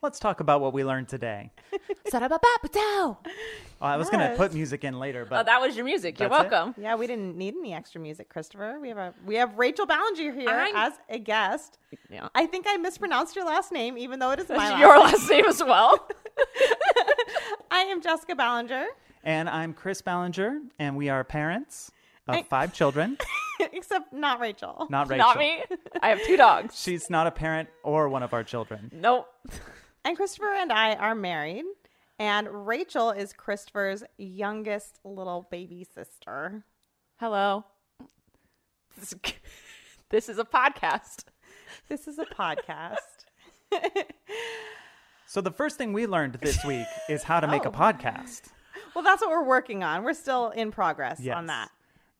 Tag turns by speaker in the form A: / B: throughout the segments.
A: let's talk about what we learned today.
B: Sarabapapatao.
A: Oh, I was going to
C: Yes.
A: put music in later, but
B: Oh, that was your music. You're
A: That's it?
B: welcome.
C: Yeah, we didn't need any extra music, Christopher. We have a we have Rachel Ballinger here
B: I'm-
C: as a guest.
B: Yeah.
C: I think I mispronounced your last name, even though it is my
B: your
C: last.
B: last name as well.
C: I am Jessica Ballinger.
A: and I'm Chris Ballinger, and we are parents of
C: I-
A: five children.
C: Except not Rachel.
A: Not Rachel.
B: Not me. I have two dogs.
A: She's not a parent or one of our children.
B: Nope.
C: And Christopher and I are married. And Rachel is Christopher's youngest little baby sister.
B: Hello. This is, this is a podcast.
C: This is a podcast.
A: So the first thing we learned this week is how to
B: Oh.
A: make a podcast.
C: Well, that's what we're working on. We're still in progress
A: Yes.
C: on that.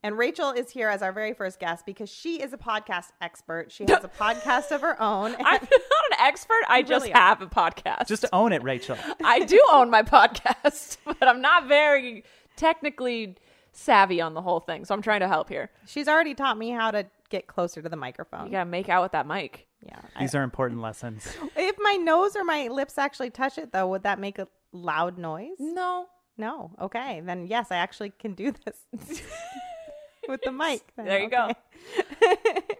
C: And Rachel is here as our very first guest because she is a podcast expert. She has a podcast of her own.
B: I'm not an expert. I just
C: really are.
B: have a podcast.
A: Just own it, Rachel.
B: I do own my podcast, but I'm not very technically savvy on the whole thing. So I'm trying to help here.
C: She's already taught me how to get closer to the microphone.
B: You gotta make out with that mic.
C: Yeah.
A: These are important lessons.
C: If my nose or my lips actually touch it, though, would that make a loud noise?
B: No.
C: No. Okay. Then, yes, I actually can do this with the mic. then.
B: There you go.
C: Okay.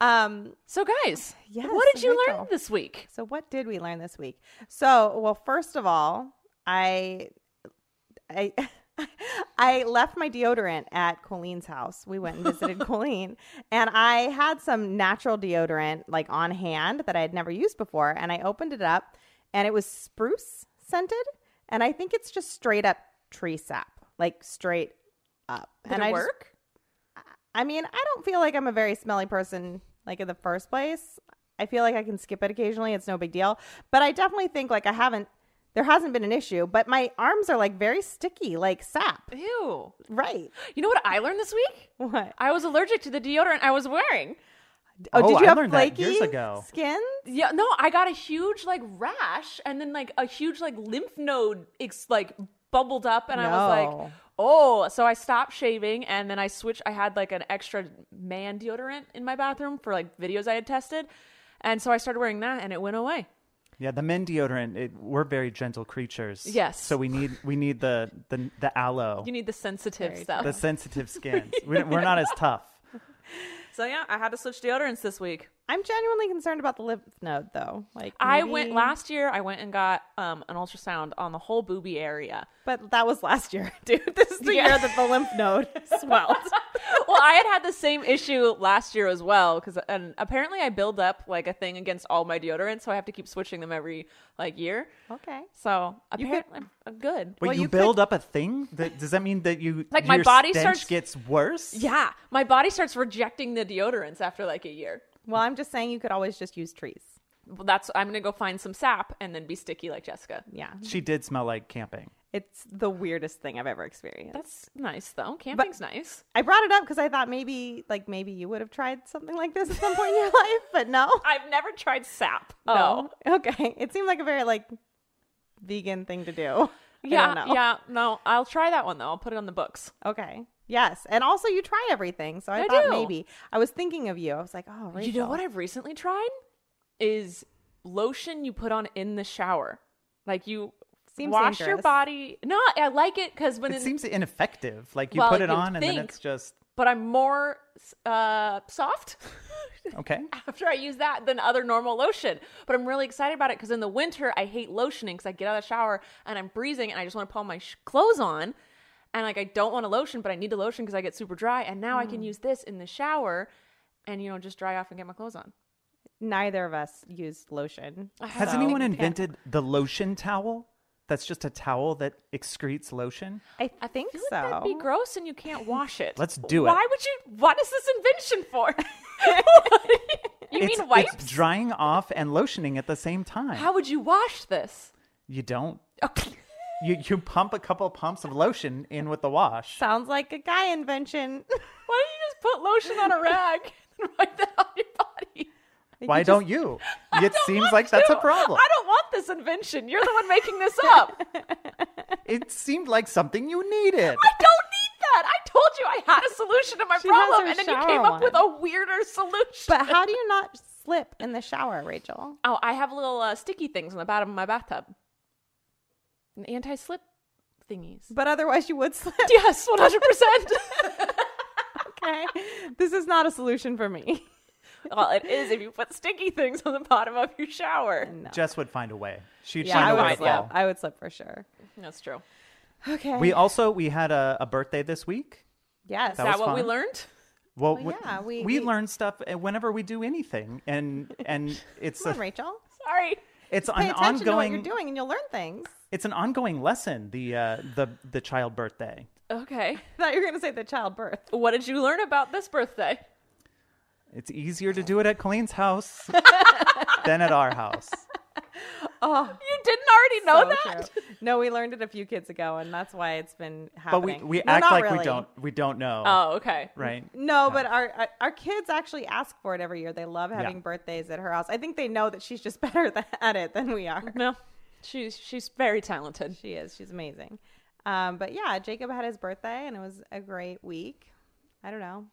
C: Um,
B: So guys,
C: Yes,
B: what did you learn
C: Rachel.
B: this week?
C: so, what did we learn this week? So, well, first of all, I. I I left my deodorant at Colleen's house. We went and visited Colleen, and I had some natural deodorant like on hand that I had never used before. And I opened it up, and it was spruce scented, and I think it's just straight up tree sap, like straight up.
B: Did
C: and
B: it
C: I just-
B: work?
C: I mean, I don't feel like I'm a very smelly person, like in the first place. I feel like I can skip it occasionally. It's no big deal. But I definitely think like I haven't, there hasn't been an issue, but my arms are like very sticky, like sap.
B: Ew.
C: Right.
B: You know what I learned this week?
C: What?
B: I was allergic to the deodorant I was wearing.
A: Oh,
C: Oh, did you
A: I
C: have
A: learned
C: flaky
A: that years ago.
C: skin?
B: Yeah, no, I got a huge like rash and then like a huge like lymph node ex- like bubbled up and I was like,
C: No.
B: "Oh." So I stopped shaving and then I switched I had like an extra man deodorant in my bathroom for like videos I had tested. And so I started wearing that and it went away.
A: Yeah, the men deodorant. It, we're very gentle creatures.
B: Yes.
A: So we need we need the the, the aloe,
B: You need the sensitive stuff.
A: the sensitive skins. We're, we're not as tough.
B: So yeah, I had to switch deodorants this week.
C: I'm genuinely concerned about the lymph node though. Like
B: I went
C: maybe-
B: last year. I went and got um, an ultrasound on the whole booby area.
C: but that was last year, dude. This is the year that the lymph node swelled.
B: well, I had had the same issue last year as well because, and apparently, I build up like a thing against all my deodorants, so I have to keep switching them every like year.
C: Okay.
B: So apparently, I'm, I'm good.
A: But
C: Well,
A: you,
C: you
A: build up a thing. That, does that mean that you
B: Like, my
A: your
B: body
A: stench
B: starts-
A: gets worse?
B: Yeah, my body starts rejecting the deodorants after like a year.
C: Well, I'm just saying you could always just use trees.
B: Well, that's I'm gonna go find some sap and then be sticky like Jessica.
C: Yeah.
A: She did smell like camping.
C: It's the weirdest thing I've ever experienced.
B: That's nice though. Camping's nice.
C: I brought it up because I thought maybe, like, maybe you would have tried something like this at some point in your life, but no.
B: I've never tried sap. No.
C: Oh, okay. It seemed like a very like vegan thing to do.
B: Yeah,
C: I don't know.
B: yeah. No, I'll try that one though. I'll put it on the books.
C: Okay. Yes, and also you try everything, so I,
B: I
C: thought
B: do.
C: maybe I was thinking of you. I was like, oh, Rachel.
B: You know what I've recently tried is lotion you put on in the shower. Like you
C: Seems
B: wash your
C: dangerous.
B: body. No, I like it because when
A: It
B: it-
A: seems ineffective. Like you
B: Well,
A: put it
B: you'd
A: on and then
B: think-
A: it's just
B: but I'm more uh, soft
A: okay.
B: after I use that than other normal lotion. But I'm really excited about it because in the winter I hate lotioning because I get out of the shower and I'm freezing and I just want to put all my sh- clothes on. And like I don't want a lotion, but I need a lotion because I get super dry. And now I can use this in the shower, and you know just dry off and get my clothes on.
C: Neither of us used lotion.
A: Has
B: So-
A: anyone invented the lotion towel? That's just a towel that excretes lotion.
C: I, think
B: feel
C: so.
B: like that'd be gross and you can't wash it.
A: Let's do it.
B: Why would you? What is this invention for? you
A: it's,
B: mean wipes?
A: It's drying off and lotioning at the same time.
B: How would you wash this?
A: You don't.
B: Okay.
A: You you pump a couple pumps of lotion in with the wash.
C: Sounds like a guy invention.
B: Why don't you just put lotion on a rag and wipe that on your body?
A: Why
C: just-
A: don't you? It seems like that's a problem.
B: I don't want this invention. You're the one making this up. I
A: It seemed like something you needed.
B: don't need that. I told you I had a solution to my
C: She has
B: problem,
C: her
B: and then you
C: shower
B: came up with
C: one.
B: a weirder solution.
C: But how do you not slip in the shower, Rachel?
B: oh, I have little uh, sticky things on the bottom of my bathtub, An anti-slip thingies.
C: But otherwise, you would slip.
B: yes, one hundred percent.
C: Okay, this is not a solution for me.
B: Well, it is if you put sticky things on the bottom of your shower.
A: Jess would find a way. She'd
C: Yeah, I
A: find a way
C: would
A: to
C: slip.
A: fall.
C: I would slip for sure.
B: That's true.
C: Okay.
A: We also we had a, a birthday this week.
C: yes.
B: Is that
A: was
B: what we
A: fun.
B: learned?
A: Well,
C: Well,
A: w-
C: yeah, we-
A: we,
C: we-
A: learn stuff uh, whenever we do anything, and and it's
C: Come on,
A: a-
C: Rachel.
B: Sorry.
A: it's
C: Pay
A: an
C: attention to what
A: ongoing
C: you're doing, and you'll learn things.
A: it's an ongoing lesson. The uh, the the child birthday.
B: Okay.
C: I thought you were going to say the childbirth.
B: What did you learn about this birthday?
A: It's easier to do it at Colleen's house than at our house.
B: You didn't already know
C: So
B: that?
C: true. No, we learned it a few kids ago, and that's why it's been
A: But
C: happening.
A: we, we
C: No,
A: act
C: not
A: like we
C: really.
A: don't we don't know.
B: Oh, okay.
A: Right.
C: No, but our, our our kids actually ask for it every year. They love having
A: Yeah.
C: birthdays at her house. I think they know that she's just better th- at it than we are.
B: No. She's she's very talented.
C: She is. She's amazing. Um, but yeah, Jacob had his birthday, and it was a great week. I don't know.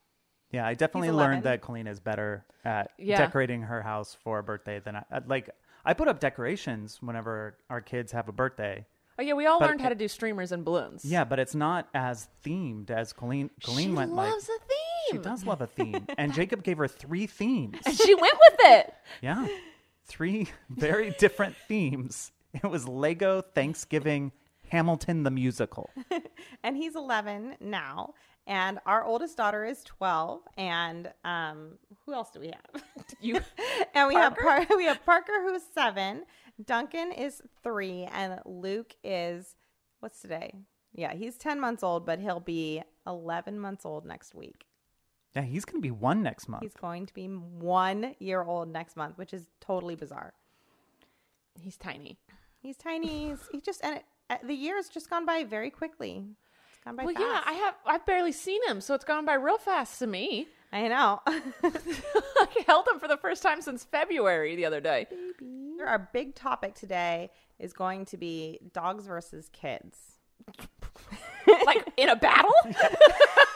A: Yeah, I definitely
C: 11.
A: learned that Colleen is better at
B: Yeah.
A: decorating her house for a birthday than I uh, like. I put up decorations whenever our kids have a birthday.
B: Oh yeah, we all
A: But-
B: learned how to do streamers and balloons.
A: Yeah, but it's not as themed as Colleen. Colleen
B: she
A: went
B: loves
A: like
B: a
A: she
B: theme.
A: does love a theme, and Jacob gave her three themes.
B: She, went with it.
A: Yeah, three very different themes. It was Lego Thanksgiving, Hamilton the musical.
C: And he's 11 now, and our oldest daughter is 12. And um, who else do we have?
B: You
C: and we have Par- we have Parker who's seven, Duncan is three, and Luke is what's today? Yeah, he's ten months old, but he'll be eleven months old next week.
A: Yeah, he's gonna be one next month.
C: He's going to be one year old next month, which is totally bizarre.
B: He's tiny.
C: He's tiny. he's- he just and it, uh, the year's just gone by very quickly. It's gone by
B: Well
C: fast.
B: yeah, I have I've barely seen him, so it's gone by real fast to me.
C: I know.
B: I held him for the first time since February the other day.
C: Our big topic today is going to be dogs versus kids.
B: Like in a battle?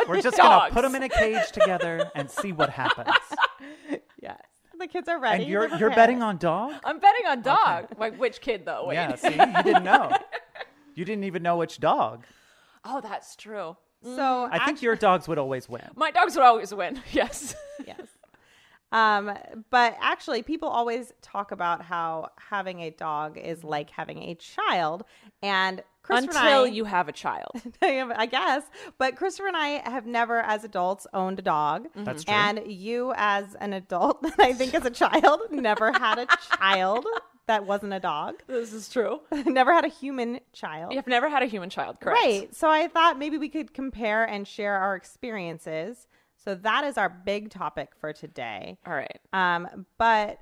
A: We're just gonna
B: Dogs.
A: put them in a cage together and see what happens.
C: Yes, the kids are ready.
A: And you're
C: They're
A: you're
C: prepared.
A: betting on dog.
B: I'm betting on dog. Like which kid though? Wait.
A: Yeah, see, you didn't know. You didn't even know which dog.
B: Oh, that's true.
C: So
A: Mm-hmm. I think your dogs would always win.
B: My dogs would always win. Yes.
C: yes. Um, but actually, people always talk about how having a dog
A: Mm-hmm.
C: is like having a child, and Christopher and
B: Until
C: I-
B: you have a child.
C: I guess. But Christopher and I have never, as adults, owned a dog.
A: Mm-hmm. That's true.
C: And you, as an adult, that I think as a child, never had a child that wasn't a dog.
B: This is true.
C: never had a human child.
B: You've never had a human child, correct?
C: Right. So I thought maybe we could compare and share our experiences. So that is our big topic for today.
B: All right.
C: Um, but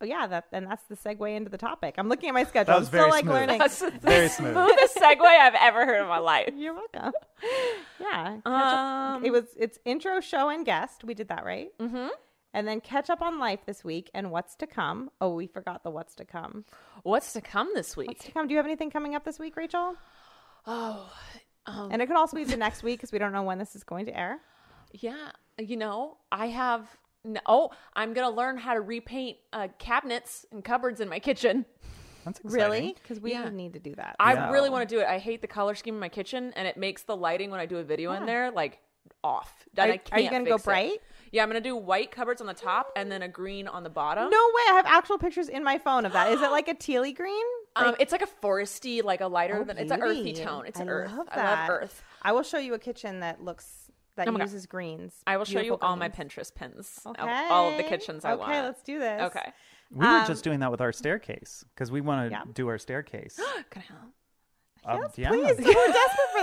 C: oh yeah, that and that's the segue into the topic. I'm looking at my schedule.
A: That was
C: I'm still
A: very
C: like
A: smooth.
C: learning.
B: That's the
A: Very smooth.
B: smoothest segue I've ever heard in my life.
C: You're welcome. Yeah. catch up-
B: Um,
C: it was it's intro show and guest. We did that right. Mm-hmm. And then catch up on life this week and what's to come. Oh, we forgot the what's to come.
B: What's to come this
C: What's to
B: week?
C: come? Do you have anything coming up this week, Rachel?
B: Oh,
C: And it could also be the next week because we don't know when this is going to air.
B: yeah. You know, I have. No, oh, I'm gonna learn how to repaint uh, cabinets and cupboards in my kitchen.
A: That's exciting.
C: Really? Because we
B: Yeah.
C: need to do that.
B: I really want to do it. I hate the color scheme in my kitchen, and it makes the lighting when I do a video in there like off.
C: Are-
B: And I
C: are you
B: can't
C: gonna
B: fix
C: go
B: it.
C: bright?
B: Yeah, I'm gonna do white cupboards on the top and then a green on the bottom.
C: No way! I have actual pictures in my phone of that. Is it like a tealy green?
B: Um, it's like a foresty, like a lighter
C: Oh,
B: than it's an
C: beauty.
B: earthy tone. It's
C: I
B: earth.
C: love
B: I
C: that.
B: love earth.
C: I will show you a kitchen that looks that
B: Oh my God.
C: uses greens.
B: I will show you
C: Beautiful
B: all my
C: greens.
B: Pinterest pins. of All of the
C: Okay.
B: kitchens I
C: okay,
B: want.
C: Okay, let's do this.
B: Okay.
A: We
B: Um,
A: were just doing that with our staircase because we want to
C: Yeah.
A: do our staircase.
B: Can I
A: Um,
B: help?
C: Yes,
A: yeah.
C: please. You were desperate for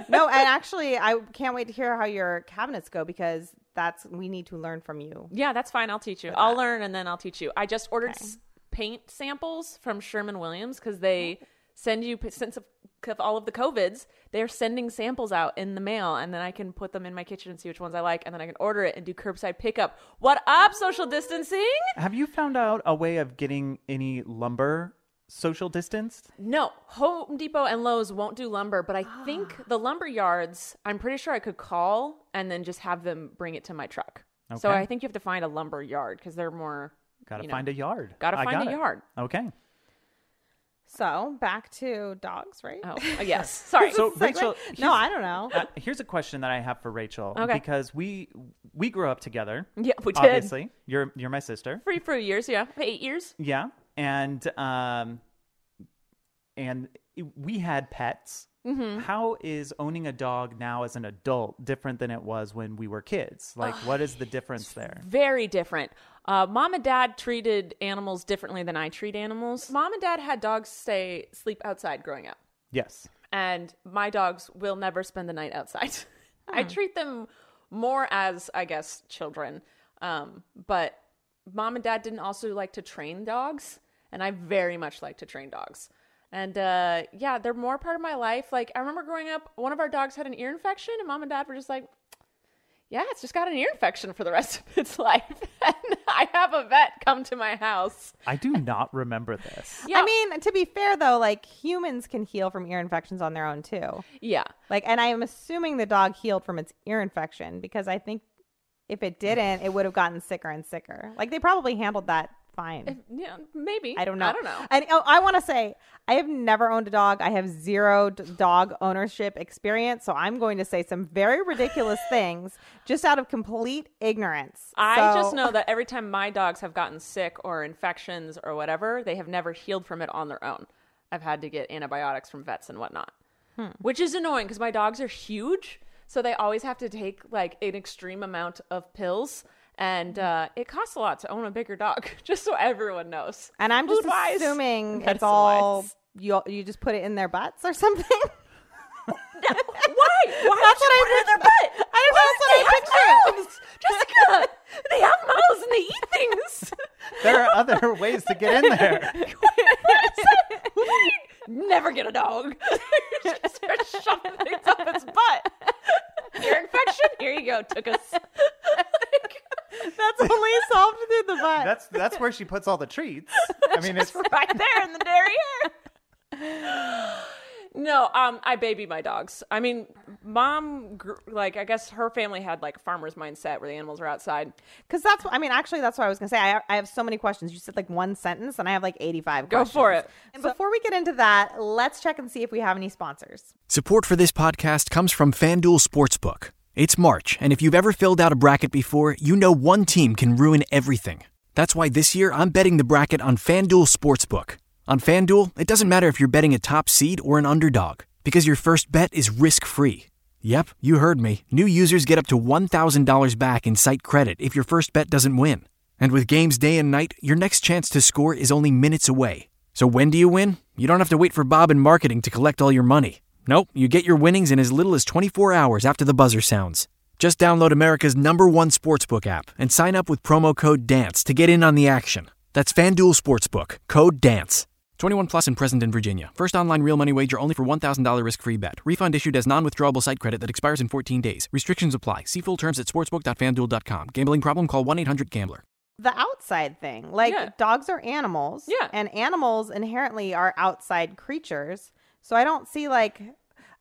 C: this. No, and actually, I can't wait to hear how your cabinets go because that's we need to learn from you.
B: Yeah, that's fine. I'll teach you. I'll learn and then I'll teach you. I just ordered s paint samples from Sherman Williams because they send you since of- of all of the covids they're sending samples out in the mail and then i can put them in my kitchen and see which ones i like and then i can order it and do curbside pickup what up social distancing
A: Have you found out a way of getting any lumber social distanced?
B: no home depot and lowes won't do lumber but i think the lumber yards i'm pretty sure i could call and then just have them bring it to my truck so
A: Okay.
B: i think you have to find a lumber yard because they're more
A: Gotta
B: you know,
A: find a yard.
B: gotta
A: I
B: find
A: got
B: a
A: it.
B: yard
A: Okay.
C: So back to dogs, right?
B: oh yes sorry
A: So
C: Segue?
A: Rachel,
C: no, I don't know.
A: uh, here's a question that I have for Rachel
B: Okay.
A: because we we grew up together.
B: Yeah, we did.
A: Obviously, you're you're my sister.
B: Free for years, yeah. Eight years.
A: Yeah, and um, and it- we had pets. How is owning a dog now as an adult different than it was when we were kids? Like, what is the difference there?
B: Very different. Uh, mom and dad treated animals differently than I treat animals. Mom and dad had dogs stay sleep outside growing up,
A: Yes.
B: and my dogs will never spend the night outside. I
C: Hmm.
B: treat them more as, I guess, children. Um, but mom and dad didn't also like to train dogs, and I very much like to train dogs. And uh, yeah, they're more part of my life. Like I remember growing up, one of our dogs had an ear infection, and mom and dad were just like, yeah, it's just got an ear infection for the rest of its life. and I have a vet come to my house.
A: I do not remember this.
B: Yeah.
C: I mean, to be fair though, like humans can heal from ear infections on their own too.
B: Yeah.
C: Like, and I am assuming the dog healed from its ear infection because I think if it didn't, it would have gotten sicker and sicker. Like they probably handled that fine.
B: Yeah, maybe.
C: I don't know.
B: I don't know.
C: And oh, I want to say I have never owned a dog. I have zero d- dog ownership experience, so I'm going to say some very ridiculous things just out of complete ignorance.
B: I
C: So-
B: just know that every time my dogs have gotten sick or infections or whatever, they have never healed from it on their own. I've had to get antibiotics from vets and whatnot,
C: Hmm.
B: which is annoying because my dogs are huge. So they always have to take like an extreme amount of pills.
C: Hmm.
B: And uh, it costs a lot to own a bigger dog, just so everyone knows.
C: and I'm just
B: Food-wise,
C: assuming it's
B: medicine-wise.
C: all you. You just put it in their butts or something.
B: Why? Why
C: That's
B: would you
C: what I
B: put it in their
C: pictured.
B: butt?
C: I don't know,
B: I picture.
C: that's what I
B: Jessica, uh, they have mouths and they eat things.
A: There are other ways to get in there.
B: Never get a dog. Just Start shoving things up its butt. Ear infection. Here you go. Took us.
C: That's only solved through the butt.
A: That's that's where she puts all the treats. I mean, it's
B: right there in the derriere. No, um, I baby my dogs. I mean, mom, gr- like I guess her family had like a farmer's mindset where the animals are outside.
C: Because that's what I mean. Actually, that's what I was gonna say. I, I have so many questions. You said like one sentence, and I have like eighty-five.
B: Go for
C: questions.
B: it.
C: And before we get into that, let's check and see if we have any sponsors.
D: Support for this podcast comes from FanDuel Sportsbook. It's March, and if you've ever filled out a bracket before, you know one team can ruin everything. That's why this year I'm betting the bracket on FanDuel Sportsbook. On FanDuel, it doesn't matter if you're betting a top seed or an underdog, because your first bet is risk free. Yep, you heard me. New users get up to $1,000 back in site credit if your first bet doesn't win. And with games day and night, your next chance to score is only minutes away. So when do you win? You don't have to wait for Bob and marketing to collect all your money. Nope, you get your winnings in as little as 24 hours after the buzzer sounds. Just download America's number one sportsbook app and sign up with promo code DANCE to get in on the action. That's FanDuel Sportsbook, code DANCE. 21 plus and present in Virginia. First online real money wager only for $1,000 risk free bet. Refund issued as non withdrawable site credit that expires in 14 days. Restrictions apply. See full terms at sportsbook.fanduel.com. Gambling problem? Call 1 800 Gambler.
C: The outside thing, like
B: Yeah.
C: dogs are animals,
B: Yeah.
C: and animals inherently are outside creatures. So I don't see like.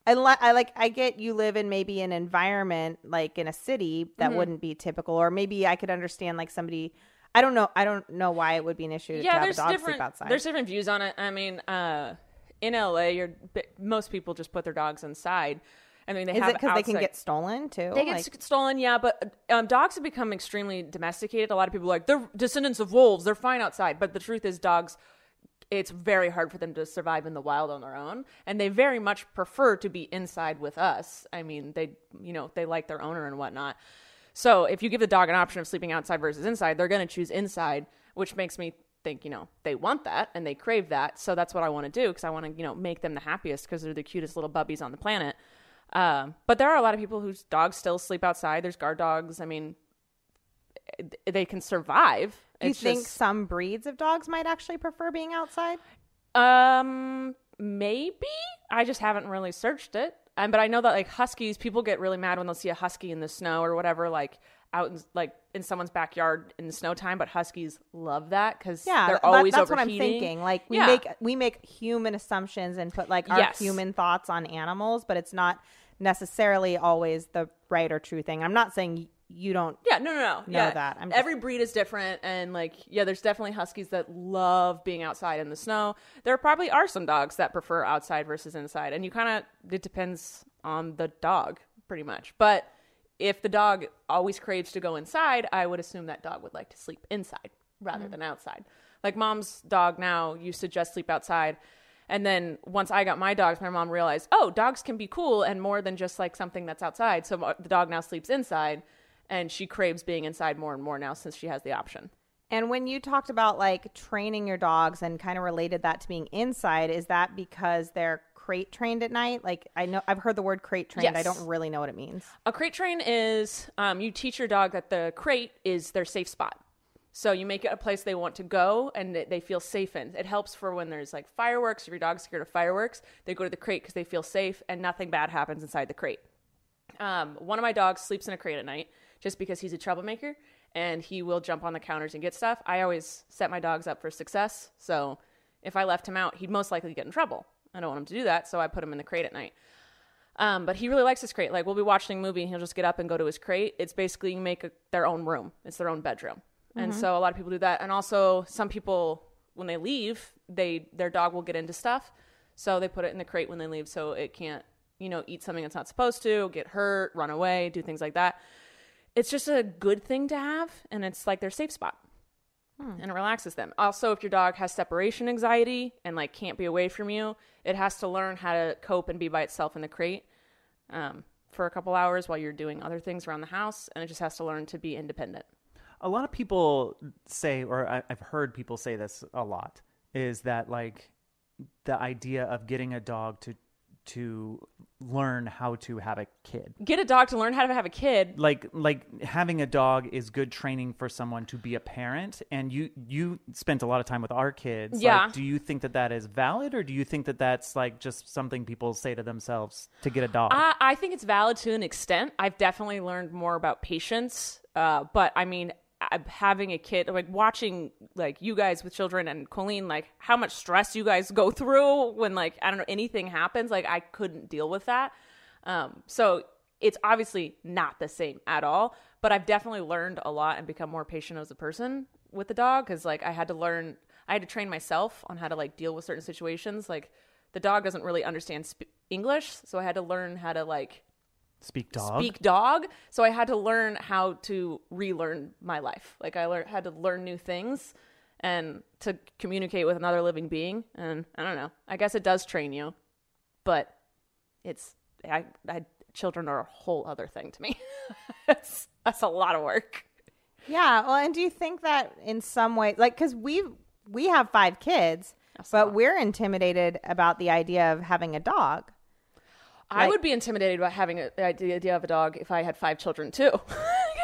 C: Unless, I like I get you live in maybe an environment like in a city that
B: Mm-hmm.
C: wouldn't be typical, or maybe I could understand like somebody. I don't know. I don't know why it would be an issue to, to have a dog
B: different
C: sleep outside.
B: there's different views on it. I mean, uh, in LA, you're bi- most people just put their dogs inside. I mean, they
C: Is
B: have
C: it because they can
B: outside-
C: get stolen too?
B: They get
C: Like-
B: s- stolen, yeah, but um, dogs have become extremely domesticated. A lot of people are like they're descendants of wolves; they're fine outside. But the truth is, dogs. It's very hard for them to survive in the wild on their own, and they very much prefer to be inside with us. I mean, they, you know, they like their owner and whatnot. So if you give the dog an option of sleeping outside versus inside, they're going to choose inside, which makes me think, you know, they want that and they crave that. So that's what I want to do because I want to, you know, make them the happiest because they're the cutest little bubbies on the planet. Um, but there are a lot of people whose dogs still sleep outside. There's guard dogs. I mean, eh, th- they can survive.
C: Do you
B: It's
C: think
B: just-
C: some breeds of dogs might actually prefer being outside?
B: Um, Maybe I just haven't really searched it. Um, but I know that like huskies, people get really mad when they'll see a husky in the snow or whatever, like out in like in someone's backyard in the snow time. But huskies love that because
C: Yeah,
B: they're
C: that-
B: always
C: that's what I'm
B: overheating.
C: thinking. Like we
B: Yeah.
C: make we make human assumptions and put like our
B: Yes.
C: human thoughts on animals, but it's not necessarily always the right or true thing. I'm not saying y- you don't.
B: Yeah, no, no, no.
C: know
B: yeah.
C: that. I'm just-
B: Every breed is different, and like, yeah, there's definitely huskies that love being outside in the snow. There probably are some dogs that prefer outside versus inside, and you kind of it depends on the dog, pretty much. But if the dog always craves to go inside, I would assume that dog would like to sleep inside rather
C: Mm.
B: than outside. Like mom's dog now used to just sleep outside. And then once I got my dogs, my mom realized, oh, dogs can be cool and more than just like something that's outside. So mo- the dog now sleeps inside and she craves being inside more and more now since she has the option.
C: And when you talked about like training your dogs and kind of related that to being inside, is that because they're crate trained at night? Like I know I've heard the word crate trained. I
B: Yes.
C: don't really know what it means.
B: A crate train is um, you teach your dog that the crate is their safe spot. So you make it a place they want to go and that they feel safe in. It helps for when there's like fireworks. If your dog's scared of fireworks, they go to the crate because they feel safe and nothing bad happens inside the crate. Um, one of my dogs sleeps in a crate at night just because he's a troublemaker and he will jump on the counters and get stuff. I always set my dogs up for success. So if I left him out, he'd most likely get in trouble. I don't want him to do that. So I put him in the crate at night. Um, but he really likes his crate. Like we'll be watching a movie, and he'll just get up and go to his crate. It's basically you make a, their own room. It's their own bedroom, and so a lot of people do that. And also, some people when they leave, they their dog will get into stuff, so they put it in the crate when they leave, so it can't you know eat something it's not supposed to, get hurt, run away, do things like that. It's just a good thing to have, and it's like their safe spot and it relaxes them. Also, if your dog has separation anxiety and like can't be away from you, it has to learn how to cope and be by itself in the crate um, for a couple hours while you're doing other things around the house, and it just has to learn to be independent.
A: a lot of people say or I, i've heard people say this a lot is that like the idea of getting a dog to to learn how to have a kid
B: Get a dog to learn how to have a kid.
A: like like having a dog is good training for someone to be a parent and you you spent a lot of time with our kids Like,
B: Yeah.
A: do you think that that is valid or do you think that that's like just something people say to themselves to get a dog
B: I, I think it's valid to an extent. I've definitely learned more about patience, uh, but I mean, I- having a kid, like watching like you guys with children and Colleen, like how much stress you guys go through when like I don't know anything happens. Like I couldn't deal with that. Um, so it's obviously not the same at all. But I've definitely learned a lot and become more patient as a person with the dog because like I had to learn, I had to train myself on how to like deal with certain situations, like the dog doesn't really understand sp- English, so I had to learn how to like
A: speak dog
B: speak dog. So I had to learn how to relearn my life. Like I lear- had to learn new things and to communicate with another living being. And I don't know. I guess it does train you, but it's I, I children are a whole other thing to me. that's, that's a lot of work.
C: Yeah. Well, and do you think that in some way, like, because we we have five kids, but we're intimidated about the idea of having a dog.
B: I would be intimidated by having a, the idea the idea of a dog if I had five children too.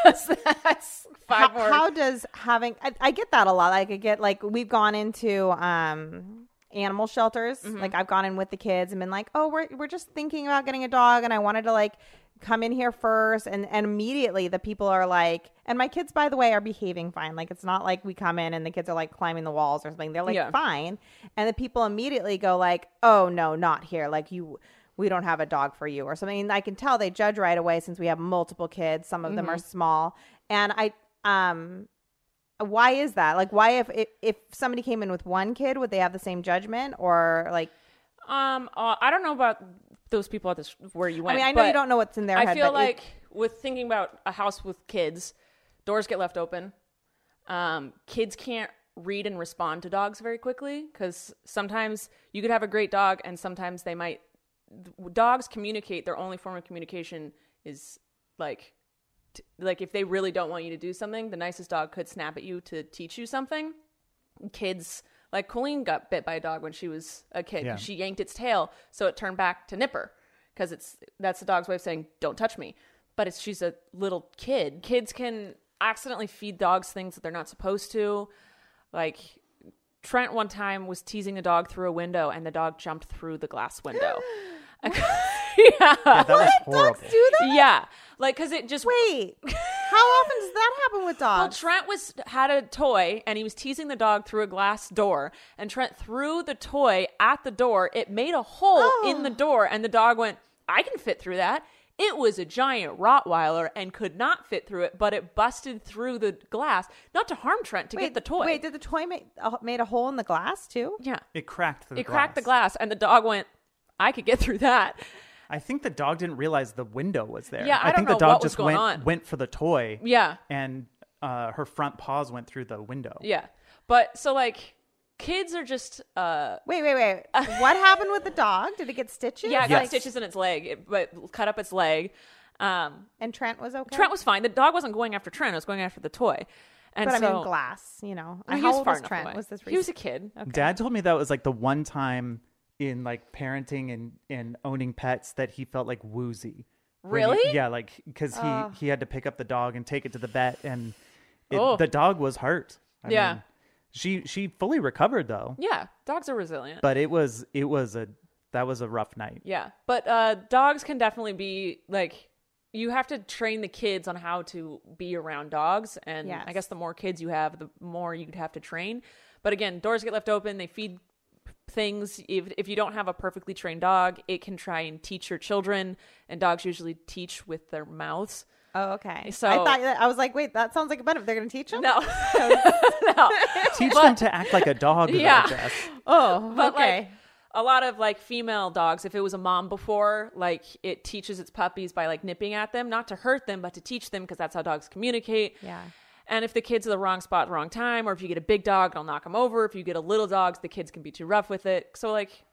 B: Because that's
C: How,
B: five more.
C: how does having? I, I get that a lot. Like, I get like we've gone into um animal shelters.
B: Mm-hmm.
C: Like, I've gone in with the kids and been like, oh, we're we're just thinking about getting a dog, and I wanted to like come in here first and and immediately the people are like and my kids by the way are behaving fine like it's not like we come in and the kids are like climbing the walls or something they're like
B: Yeah.
C: fine and the people immediately go like oh no not here like you we don't have a dog for you or something and i can tell they judge right away since we have multiple kids some of them are
B: Mm-hmm.
C: small and i um why is that like why if if, if somebody came in with one kid would they have the same judgment or like
B: Um, uh, I don't know about those people at this where you
C: i
B: went.
C: mean i know you
B: but
C: don't know what's in their
B: I
C: head
B: feel
C: but it-
B: like with thinking about a house with kids, doors get left open. Um, kids can't read and respond to dogs very quickly because sometimes you could have a great dog and sometimes they might. Dogs communicate. Their only form of communication is like t- like if they really don't want you to do something, the nicest dog could snap at you to teach you something. Kids like Colleen got bit by a dog when she was a kid.
A: Yeah.
B: She yanked its tail, so it turned back to nip her because it's that's the dog's way of saying don't touch me. But it's she's a little kid. Kids can accidentally feed dogs things that they're not supposed to. Like Trent one time was teasing the dog through a window, and the dog jumped through the glass window.
A: Yeah,
B: yeah.
A: that was horrible.
C: Dogs do that?
B: Yeah. Like, because it just.
C: Wait, how often does that happen with
B: Well,
C: dogs?
B: Trent was had a toy and he was teasing the dog through a glass door and Trent threw the toy at the door. It made a hole in the
C: Oh.
B: door and the dog went, "I can fit through that." It was a giant Rottweiler and could not fit through it, but it busted through the glass, not to harm Trent to get the toy.
C: Wait, did the toy make uh, made a hole in the glass too?
B: yeah.
A: It cracked the
B: It cracked the glass and the dog went, "I could get through that."
A: I think the dog didn't realize the window was there.
B: Yeah, I don't
A: think
B: know
A: the dog
B: what was
A: just
B: going
A: went
B: on.
A: went for the toy.
B: Yeah.
A: and uh, her front paws went through the window.
B: Yeah. But so like kids are just uh
C: Wait, wait, wait. what happened with the dog? Did it get stitches?
B: yeah, it got
A: Yes.
B: stitches in its leg, it, but cut up its leg. Um
C: And Trent was okay.
B: Trent was fine. The dog wasn't going after Trent. It was going after the toy. And
C: but
B: so,
C: I mean, glass. You know,
B: Well, he
C: how
B: was
C: old
B: far
C: was
B: enough
C: Trent?
B: away.
C: Was this
B: He was a
C: recent?
B: kid.
A: Dad told me that was like the one time in like parenting and and owning pets that he felt like woozy. When he-
B: Really? Ah.
A: yeah, like because he he had to pick up the dog and take it to the vet, and it,
B: Oh.
A: the dog was hurt. I
B: Yeah.
A: mean, she she fully recovered though,
B: Yeah, dogs are resilient.
A: but it was it was a that was a rough night.
B: yeah, but uh, dogs can definitely be like you have to train the kids on how to be around dogs, and
C: Yes.
B: I guess the more kids you have, the more you'd have to train. But again, doors get left open. They feed things. If if you don't have a perfectly trained dog, it can try and teach your children. And dogs usually teach with their mouths.
C: Oh, okay.
B: So-
C: I thought that, I was like, wait, that sounds like a benefit. They're going to teach him.
B: No,
A: Teach them to act like a dog. though,
B: Yeah.
A: Jess.
C: Oh,
B: But
C: okay.
B: like a lot of like female dogs, if it was a mom before, like it teaches its puppies by like nipping at them, not to hurt them, but to teach them because that's how dogs communicate.
C: Yeah.
B: And if the kid's in the wrong spot, wrong time, or if you get a big dog, it'll knock them over. If you get a little dog, the kids can be too rough with it. So like,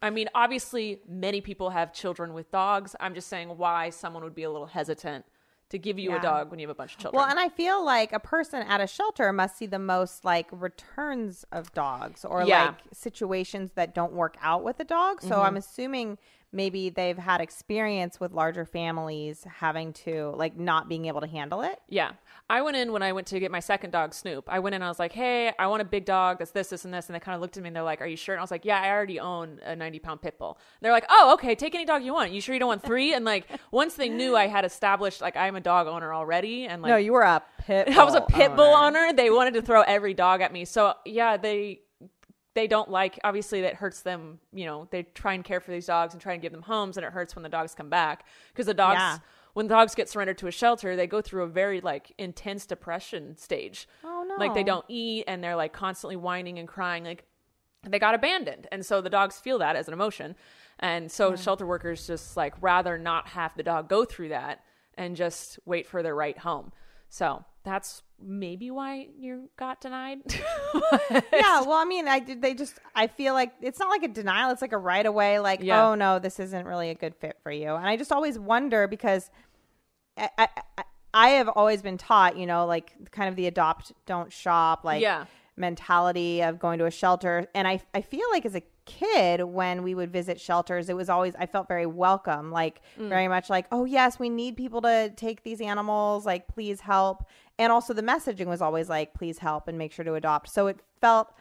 B: I mean, obviously, many people have children with dogs. I'm just saying why someone would be a little hesitant to give you
C: Yeah.
B: a dog when you have a bunch of children.
C: Well, and I feel like a person at a shelter must see the most like returns of dogs or
B: Yeah. Mm-hmm.
C: like situations that don't work out with a dog. So I'm assuming maybe they've had experience with larger families having to like not being able to handle it.
B: Yeah. I went in when I went to get my second dog, Snoop. I went in and I was like, hey, I want a big dog that's this, this, and this. And they kind of looked at me and they're like, are you sure? And I was like, yeah, I already own a 90 pound pit bull. And they're like, oh, okay, take any dog you want. You sure you don't want three? And like, once they knew I had established, like, I'm a dog owner already. And like,
C: no, you were a pit.
B: I was a pit bull owner. They wanted to throw every dog at me. So yeah, they they don't like obviously that hurts them, you know, they try and care for these dogs and try and give them homes and it hurts when the dogs come back because the dogs
C: Yeah.
B: when dogs get surrendered to a shelter, they go through a very like intense depression stage.
C: Oh,
B: Like they
C: no.
B: don't eat and they're like constantly whining and crying like they got abandoned. And so the dogs feel that as an emotion. And so shelter workers just like rather not have the dog go through that and just wait for their right home. So that's maybe why you got denied.
C: Yeah, well, I mean, I did. They just, I feel like it's not like a denial. It's like a right away, like,
B: Yeah.
C: oh no, this isn't really a good fit for you. And I just always wonder because I, I, I- I have always been taught, you know, like kind of the adopt, don't shop, like
B: Yeah.
C: mentality of going to a shelter. And I, I feel like as a kid, when we would visit shelters, it was always, I felt very welcome, like
B: Mm.
C: very much like, oh yes, we need people to take these animals, like please help. And also the messaging was always like, please help and make sure to adopt. So it felt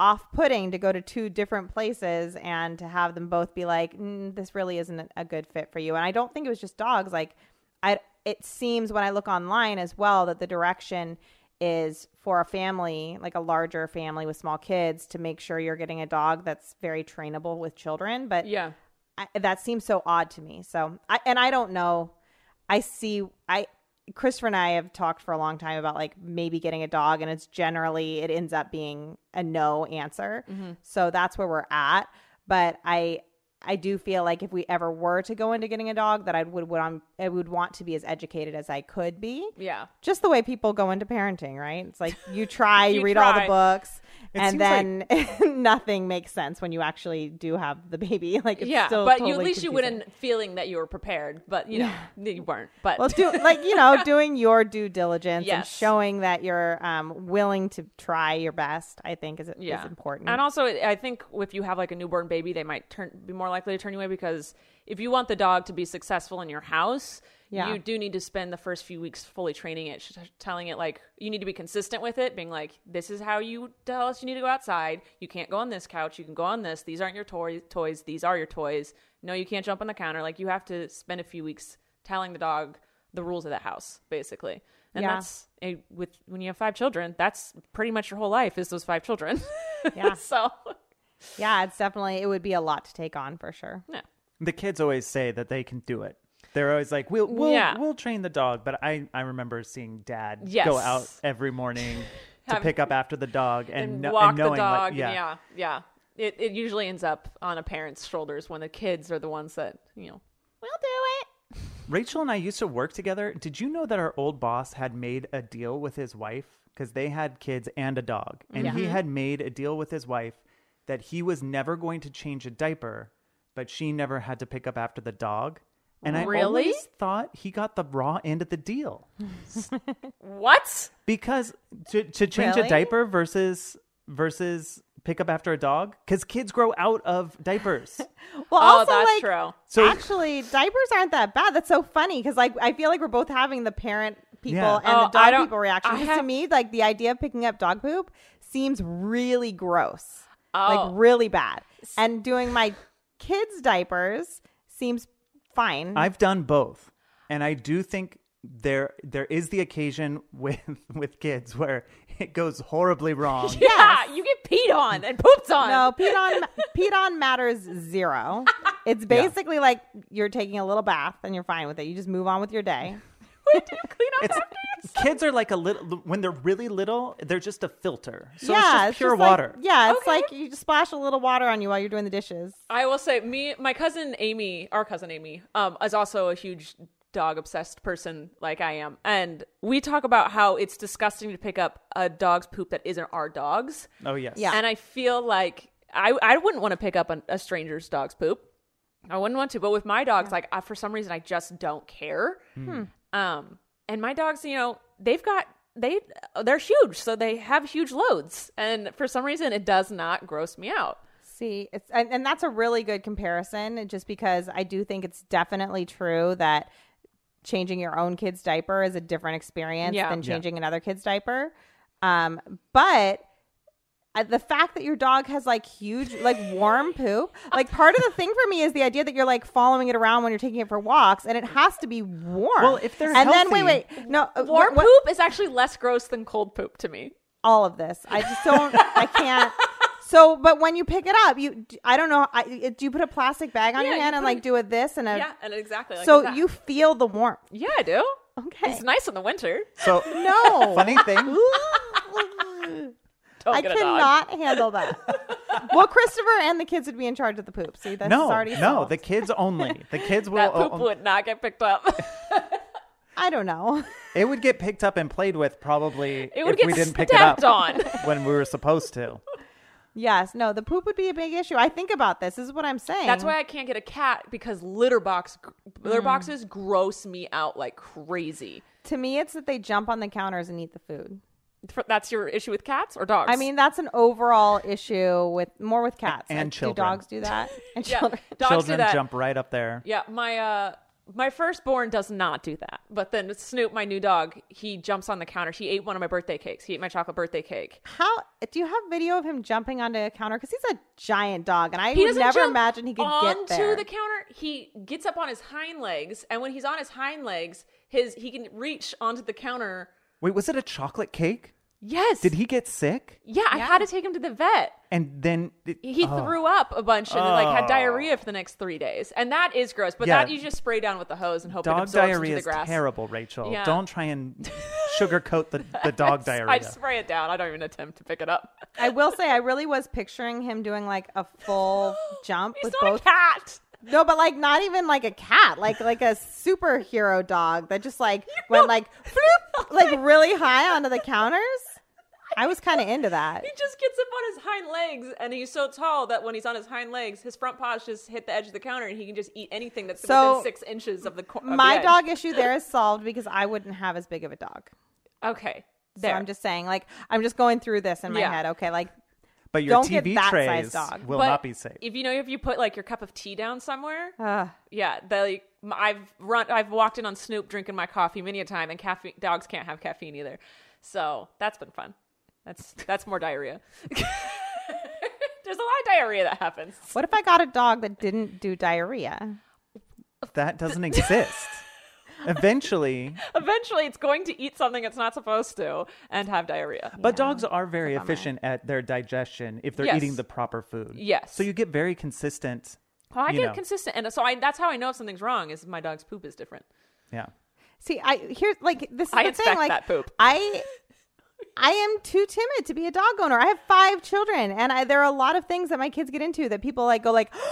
C: off putting to go to two different places and to have them both be like, mm, this really isn't a good fit for you. And I don't think it was just dogs. Like, I, it seems when I look online as well that the direction is for a family, like a larger family with small kids, to make sure you're getting a dog that's very trainable with children. But
B: yeah.
C: I, that seems so odd to me. So, I, and I don't know. I see. I Christopher and I have talked for a long time about like maybe getting a dog, and it's generally it ends up being a no answer. So that's where we're at. But I. I do feel like if we ever were to go into getting a dog, that I would would um, I would want to be as educated as I could be.
B: Yeah.
C: Just the way people go into parenting, right? It's like you try, you,
B: You
C: read all the
B: try.
C: books, and
A: seems
C: then nothing makes sense when you actually do have the baby. Like it's
B: yeah.
C: still
B: but you, at
C: totally
B: least you
C: confusing.
B: wouldn't feeling that you were prepared, but you know, you weren't. But
C: Well, do like you know, doing your due diligence and
B: Yes.
C: showing that you're um, willing to try your best, I think, is is important.
B: And also, I think if you have like a newborn baby, they might turn be more likely to turn you away because if you want the dog to be successful in your house,
C: Yeah.
B: you do need to spend the first few weeks fully training it, sh- telling it like you need to be consistent with it, being like, this is how you tell us you need to go outside. You can't go on this couch. You can go on this. These aren't your toy- toys. These are your toys. No, you can't jump on the counter. Like you have to spend a few weeks telling the dog the rules of that house, basically. And
C: Yeah.
B: that's a, with when you have five children, that's pretty much your whole life is those five children.
C: Yeah.
B: so
C: Yeah, it's definitely it would be a lot to take on for sure.
B: no.
A: The kids always say that they can do it. They're always like, "We'll we'll,
B: Yeah.
A: we'll train the dog." But I I remember seeing Dad
B: Yes.
A: go out every morning to
B: Have-
A: pick up after the dog and,
B: and
A: kno-
B: walk
A: and knowing
B: the
A: like-
B: dog.
A: yeah.
B: yeah, yeah. It it usually ends up on a parent's shoulders when the kids are the ones that you know.
C: We'll do it.
A: Rachel and I used to work together. Did you know that our old boss had made a deal with his wife because they had kids and a dog, and he had made a deal with his wife that he was never going to change a diaper, but she never had to pick up after the dog. And I
B: Really?
A: always thought he got the raw end of the deal.
B: What?
A: because to, to change
C: Really?
A: a diaper versus versus pick up after a dog because kids grow out of diapers
C: Well,
B: Oh,
C: also,
B: that's
C: like,
B: true.
A: So-
C: actually, diapers aren't that bad. That's so funny because like I feel like we're both having the parent people
A: Yeah.
C: and
B: Oh,
C: the
B: I
C: dog
B: don't-
C: people reaction.
B: I
C: 'Cause to
B: have-
C: me, like the idea of picking up dog poop seems really gross,
B: Oh.
C: like really bad. And doing my kids' diapers seems fine.
A: i've done both and i do think there there is the occasion with with kids where it goes horribly wrong
B: Yeah, you get peed on and pooped on.
C: no, peed on peed on matters zero. It's basically like you're taking a little bath and you're fine with it. You just move on with your day.
B: Wait, do you clean up
A: it's
B: after yourself?
A: kids are like a little when they're really little they're just a filter so it's
C: yeah,
A: just pure
C: like-
A: water
C: yeah, it's
B: Okay.
C: like you just splash a little water on you while you're doing the dishes.
B: I will say, me, my cousin Amy, our cousin Amy, um, is also a huge dog obsessed person like I am, and we talk about how it's disgusting to pick up a dog's poop that isn't our dog's.
A: oh yes
C: Yeah.
B: And I feel like I I wouldn't want to pick up an, a stranger's dog's poop. I wouldn't want to, but with my dogs, like I, for some reason, I just don't care.
A: Hmm.
B: Um, and my dogs, you know, they've got they they're huge, so they have huge loads, and for some reason, it does not gross me out.
C: See, it's and, and that's a really good comparison just because I do think it's definitely true that changing your own kid's diaper is a different experience
B: Yeah.
C: than
B: Yeah.
C: changing another kid's diaper. Um, but uh, the fact that your dog has like huge, like warm poop, like part of the thing for me is the idea that you're like following it around when you're taking it for walks, and it has to be warm.
A: Well, if they're
C: and then wait,
A: healthy-
C: wait, no, uh,
B: Warm
C: wh- what-
B: poop is actually less gross than cold poop to me.
C: all of this. I just don't. I can't. So, but when you pick it up, you I don't know. I, it- do you put a plastic bag on
B: Yeah,
C: your
B: you
C: hand and
B: put
C: like
B: it-
C: do it this and a?
B: Yeah, and exactly. Like
C: so
B: that.
C: you feel the warmth.
B: yeah, I do.
C: Okay.
B: it's nice in the winter.
A: so
C: No.
A: funny thing
B: Don't
C: I
B: get a dog.
C: cannot handle that. well, Christopher and the kids would be in charge of the poop. See, that's
A: no
C: already
A: no
C: solved.
A: the kids only the kids will
C: Oh,
B: That poop
A: o-
B: would not get picked up.
C: I don't know.
A: It would get picked up and played with probably
B: It would
A: if
B: get
A: we didn't pick it up
B: stepped on.
A: when we were supposed to.
C: yes, no, the poop would be a big issue. I think about this. This is what I'm saying.
B: That's why I can't get a cat because litter box
C: Mm.
B: litter boxes gross me out like crazy.
C: to me, it's that they jump on the counters and eat the food.
B: For- That's your issue with cats or dogs?
C: I mean, that's an overall issue with more with cats
A: And
C: Like,
A: children.
C: Do dogs do that? And
B: yeah,
C: children.
B: dogs do
A: Children
B: that.
A: jump right up there.
B: Yeah, my uh my firstborn does not do that. But then Snoop, my new dog, he jumps on the counter. He ate one of my birthday cakes. He ate my chocolate birthday cake.
C: How do you have video of him jumping onto a counter? Because he's a giant dog, and I
B: He
C: would
B: doesn't
C: never
B: jump
C: imagine he could
B: onto
C: get there.
B: the counter. He gets up on his hind legs, and when he's on his hind legs, his he can reach onto the counter.
A: Wait, was it a chocolate cake?
B: Yes.
A: Did he get sick?
B: Yeah, I had to take him to the vet.
A: And then it-
B: he
A: oh.
B: threw up a bunch and then, like had diarrhea for the next three days, and that is gross. But
A: Yeah.
B: that you just spray down with the hose and hope it
A: dog
B: absorbs
A: diarrhea
B: into
A: is
B: the grass.
A: terrible, Rachel.
B: Yeah.
A: Don't try and sugarcoat the, the dog diarrhea.
B: I spray it down. I don't even attempt to pick it up.
C: I will say, I really was picturing him doing like a full jump
B: He's
C: with
B: not
C: both.
B: a cat.
C: No, but like not even like a cat, like like a superhero dog that just like went like floop, like really high onto the counters. I was kind of into that.
B: He just gets up on his hind legs, and he's so tall that when he's on his hind legs, his front paws just hit the edge of the counter, and he can just eat anything that's
C: So,
B: within six inches of the. cor- of the
C: My
B: edge.
C: dog issue there is solved because I wouldn't have as big of a dog.
B: Okay.
C: So
B: There.
C: I'm just saying, like, I'm just going through this in my
B: Yeah.
C: head. Okay, like
A: But your
C: Don't get
A: TV
C: that size
A: trays
C: dog.
A: will
B: But
A: not be safe.
B: If you know, if you put like your cup of tea down somewhere,
C: Ugh.
B: yeah, the, like, m- I've run, I've walked in on Snoop drinking my coffee many a time, and caffeine dogs can't have caffeine either. So that's been fun. That's that's more diarrhea. There's a lot of diarrhea that happens.
C: What if I got a dog that didn't do diarrhea?
A: That doesn't exist. Eventually,
B: Eventually, it's going to eat something it's not supposed to and have diarrhea.
A: but dogs are very efficient at their digestion if they're
B: Yes.
A: eating the proper food.
B: Yes.
A: So you get very consistent.
B: Well, I
A: you
B: get
A: know.
B: consistent, and so I, that's how I know if something's wrong. Is my dog's poop is different?
A: Yeah.
C: See, I here's like this is
B: I
C: the thing.
B: inspect
C: Like
B: that poop.
C: I, I am too timid to be a dog owner. I have five children, and I, there are a lot of things that my kids get into that people like go like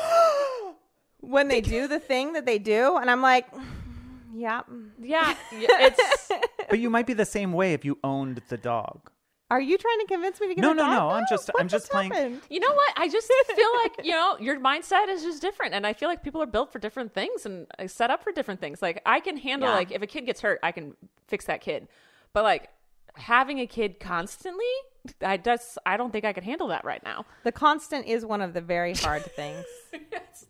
C: when they do the thing that they do, and I'm like, yeah.
B: Yeah, y- it's
A: But you might be the same way if you owned the dog.
C: Are you trying to convince me to get
A: No,
C: a
A: no,
C: dog?
A: no, I'm just-
C: What
A: I'm just playing-
C: happened?
B: You know what? I just feel like, you know, your mindset is just different. And I feel like people are built for different things and uh, set up for different things. Like, I can handle,
C: Yeah.
B: like, if a kid gets hurt, I can fix that kid. But, like, having a kid constantly, I just, I don't think I could handle that right now.
C: The constant is one of the very hard things.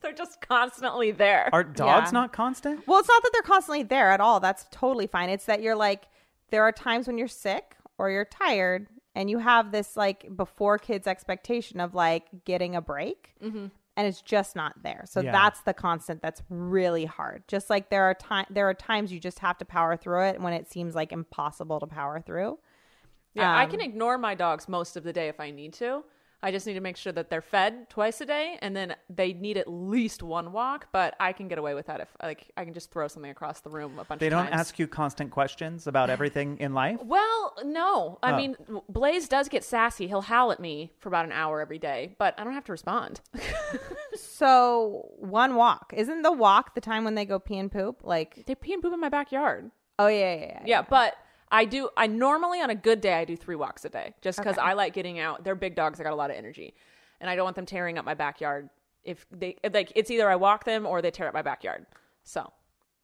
B: They're just constantly there.
A: Are dogs
C: Yeah.
A: not constant?
C: Well, it's not that they're constantly there at all. That's totally fine. It's that you're like, there are times when you're sick or you're tired and you have this like before kids expectation of like getting a break. And it's just not there. So
A: Yeah.
C: that's the constant that's really hard. Just like there are time there are times you just have to power through it when it seems like impossible to power through.
B: yeah, I
C: um,
B: can ignore my dogs most of the day if I need to. I just need to make sure that they're fed twice a day and then they need at least one walk, but I can get away with that if like I can just throw something across the room a bunch
A: They
B: of
A: don't
B: times.
A: ask you constant questions about everything in life.
B: Well, no.
A: Oh.
B: I mean, Blaze does get sassy. He'll howl at me for about an hour every day, but I don't have to respond.
C: So one walk. Isn't the walk the time when they go pee and poop? Like
B: they pee and poop in my backyard.
C: oh yeah, yeah, yeah.
B: Yeah, but I do. I normally on a good day I do three walks a day, just because I like getting out. They're big dogs. I got a lot of energy, and I don't want them tearing up my backyard. If they if, like, it's either I walk them or they tear up my backyard. So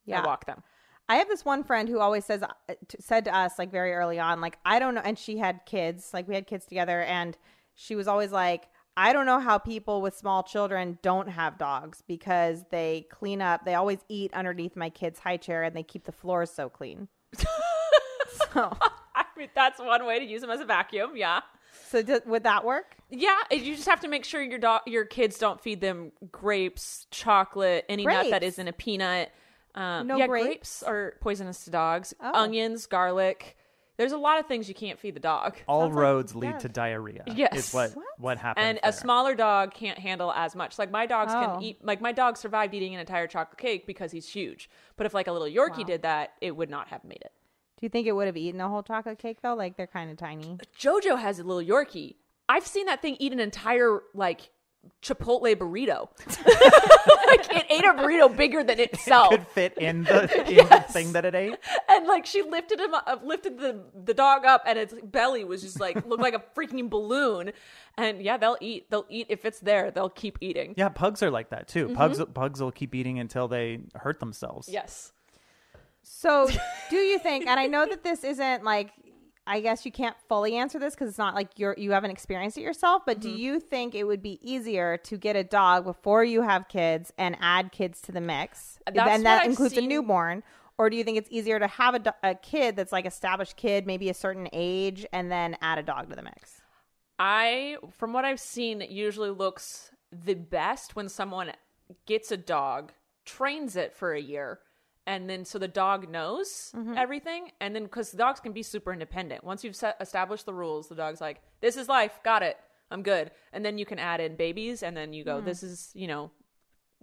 C: Yeah.
B: I walk them.
C: I have this one friend who always says uh, t- said to us like very early on like I don't know and she had kids like we had kids together and she was always like I don't know how people with small children don't have dogs because they clean up they always eat underneath my kids high chair and they keep the floors so clean. so
B: I mean, that's one way to use them as a vacuum. Yeah.
C: so d- would that work?
B: Yeah, and you just have to make sure your dog, your kids don't feed them grapes, chocolate, any nut that
C: Grapes?
B: isn't a peanut. Um,
C: No
B: yeah,
C: grapes? Oh.
B: are poisonous to dogs. Onions, garlic. There's a lot of things you can't feed the dog,
A: All
C: Sounds like
A: roads lead
C: death.
A: to diarrhea.
B: Yes.
A: Is what what,
B: What?
A: happens.
B: and
A: there.
B: a smaller dog can't handle as much. Like my dogs
C: Oh.
B: can eat. Like my dog survived eating an entire chocolate cake because he's huge. But if like a little Yorkie did that, it would not have made it.
C: Do you think it would have eaten a whole chocolate cake though? Like they're kind of tiny.
B: Jojo has a little Yorkie. I've seen that thing eat an entire like Chipotle burrito. like it ate a burrito bigger than itself,
A: could fit in the, in the thing that it ate.
B: and like she lifted him up, lifted the the dog up, and its belly was just like looked like a freaking balloon. And yeah, they'll eat. They'll eat if it's there. They'll keep eating.
A: Yeah, pugs are like that too. Pugs
B: Mm-hmm.
A: pugs will keep eating until they hurt themselves.
B: Yes.
C: So, do you think? And I know that this isn't like, I guess you can't fully answer this because it's not like you're you haven't experienced it yourself. But
B: Mm-hmm.
C: do you think it would be easier to get a dog before you have kids and add kids to the mix?
B: Uh, That's
C: and
B: what
C: that
B: I've
C: includes a
B: seen.
C: newborn. Or do you think it's easier to have a, do- a kid that's like established kid, maybe a certain age, and then add a dog to the mix?
B: I, from what I've seen, it usually looks the best when someone gets a dog, trains it for a year, and then so the dog knows everything. And then because dogs can be super independent. Once you've set, established the rules, the dog's like, this is life, got it, I'm good. And then you can add in babies, and then you go, this is, you know,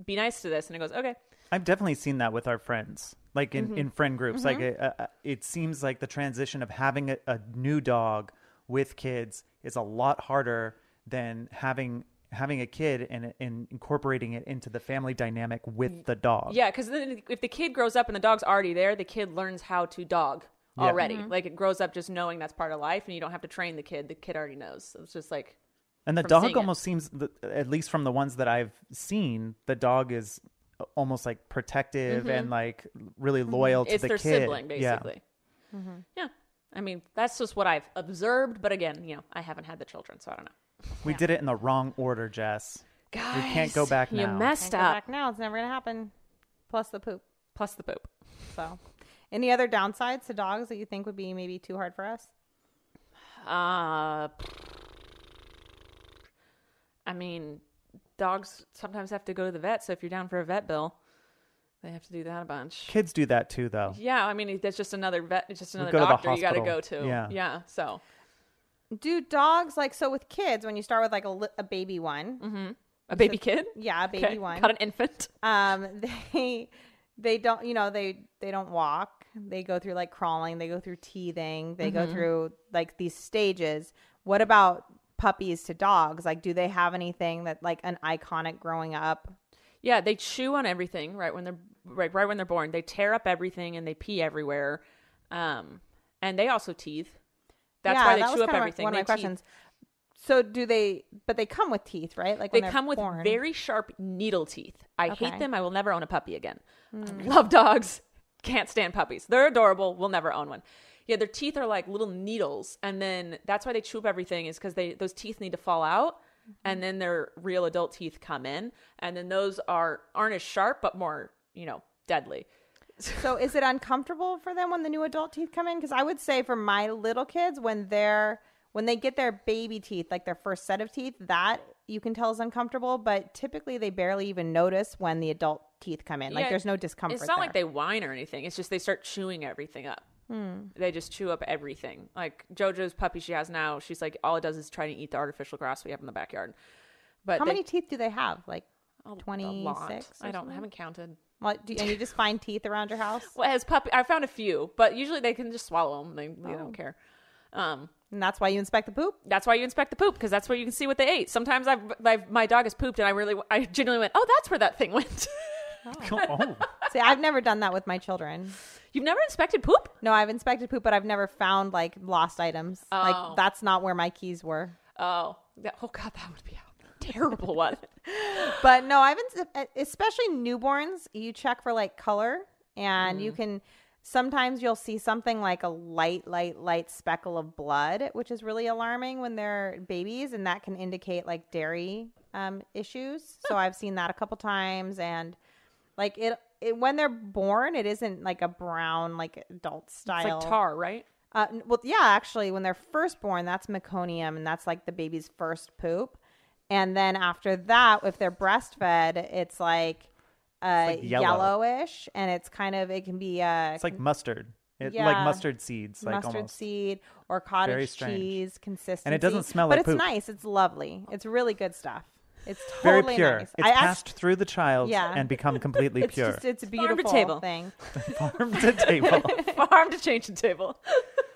B: be nice to this. And it goes, okay.
A: I've definitely seen that with our friends, like
B: Mm-hmm.
A: in, in friend groups. Like uh, uh, it seems like the transition of having a, a new dog with kids is a lot harder than having having a kid and, and incorporating it into the family dynamic with the dog.
B: Yeah, because then if the kid grows up and the dog's already there, the kid learns how to dog already.
C: Mm-hmm.
B: Like it grows up just knowing that's part of life, and you don't have to train the kid. The kid already knows. So it's just like
A: And the
B: from seeing
A: dog
B: it.
A: almost seems, th- at least from the ones that I've seen, the dog is almost like protective and like really loyal to
B: Mm-hmm. it's
A: the
B: their
A: kid.
B: sibling,
A: Yeah.
B: basically.
C: Mm-hmm.
B: Yeah. I mean, that's just what I've observed. But again, you know, I haven't had the children, so I don't know.
A: We did it in the wrong order, Jess.
B: Guys,
A: we can't go back
B: You
A: now.
B: messed
C: Go
B: up.
C: back now. It's never going to happen. Plus the poop.
B: Plus the poop.
C: So, any other downsides to dogs that you think would be maybe too hard for us?
B: Uh, I mean, dogs sometimes have to go to the vet, so if you're down for a vet bill, they have to do that a bunch.
A: Kids do that too, though.
B: Yeah, I mean, that's just another vet, it's just another
A: go to the
B: doctor you got to go
A: hospital.
B: to.
A: Yeah.
B: yeah. So
C: Do dogs like so with kids when you start with like a, li- a baby one?
B: a baby kid,
C: Yeah, a baby
B: Mm-hmm. Okay.
C: one.
B: got an infant.
C: um they they don't you know they they don't walk they go through like crawling they go through teething they
B: Mm-hmm.
C: go through like these stages what about puppies to dogs like do they have anything that like an iconic growing up
B: Yeah, they chew on everything right when they're right right when they're born. They tear up everything and they pee everywhere, um, and they also teeth. That's
C: Yeah,
B: why they
C: that was
B: chew up
C: kinda my-
B: everything.
C: one of
B: they
C: my
B: teeth.
C: questions so do they but they come with teeth right like
B: They
C: when they're
B: come with
C: born.
B: very sharp needle teeth. I
C: Okay. Hmm.
B: hate them. I will never own a puppy again. Love dogs. Can't stand puppies. They're adorable. We'll never own one. Yeah, their teeth are like little needles, and then that's why they chew up everything. Is because they those teeth need to fall out,
C: Mm-hmm.
B: and then their real adult teeth come in, and then those are aren't as sharp but more you know deadly.
C: So is it uncomfortable for them when the new adult teeth come in? Because I would say for my little kids, when they're when they get their baby teeth, like their first set of teeth, that you can tell is uncomfortable. But typically, they barely even notice when the adult teeth come in. like
B: Yeah,
C: there's no discomfort.
B: It's not like
C: there.
B: they whine or anything. It's just they start chewing everything up.
C: Hmm.
B: They just chew up everything. Like JoJo's puppy she has now, she's like all it does is try to eat the artificial grass we have in the backyard. But
C: How
B: they-
C: many teeth do they have? Like
B: a- a lot.
C: twenty six.
B: I don't haven't counted.
C: What do you, and you just find teeth around your house,
B: Well, as puppy, I found a few, but usually they can just swallow them. They, they
C: Oh.
B: don't care. Um,
C: and that's why you inspect the poop.
B: that's why you inspect the poop because that's where you can see what they ate. Sometimes I've, I've my dog has pooped and I really I genuinely went, oh, that's where that thing went.
A: Oh,
C: See, I've never done that with my children.
B: You've never inspected poop?
C: No, I've inspected poop, but I've never found like lost items. Like that's not where my keys were.
B: Oh, that, oh God, that would be a terrible one.
C: but no, I've been e, especially newborns. You check for like color, and you
B: Mm-hmm.
C: can sometimes you'll see something like a light, light, light speckle of blood, which is really alarming when they're babies, and that can indicate like dairy um, issues. So I've seen that a couple times, and like it. It, when they're born, it isn't like a brown, like adult
B: It's
C: style.
B: like tar, right?
C: Uh, n- well, yeah, actually, when they're first born, that's meconium, and that's like the baby's first poop. And then after that, if they're breastfed, it's like, uh,
A: It's like yellow.
C: yellowish, and it's kind of it can be uh,
A: it's like mustard. It,
C: Yeah.
A: Like mustard seeds. Like
C: mustard
A: almost.
C: seed or cottage
A: strange.
C: cheese consistency.
A: doesn't smell
C: but
A: like
C: it's
A: poop.
C: nice. It's lovely. It's really good stuff. It's
A: Very
C: totally
A: pure.
C: nice.
A: It's
C: I
A: passed
C: act-
A: through the child
C: Yeah.
A: and become completely
C: it's
A: pure.
C: just it's a
B: Farm to
C: beautiful
B: table.
C: thing.
A: Farm to table.
B: Farm to change the table.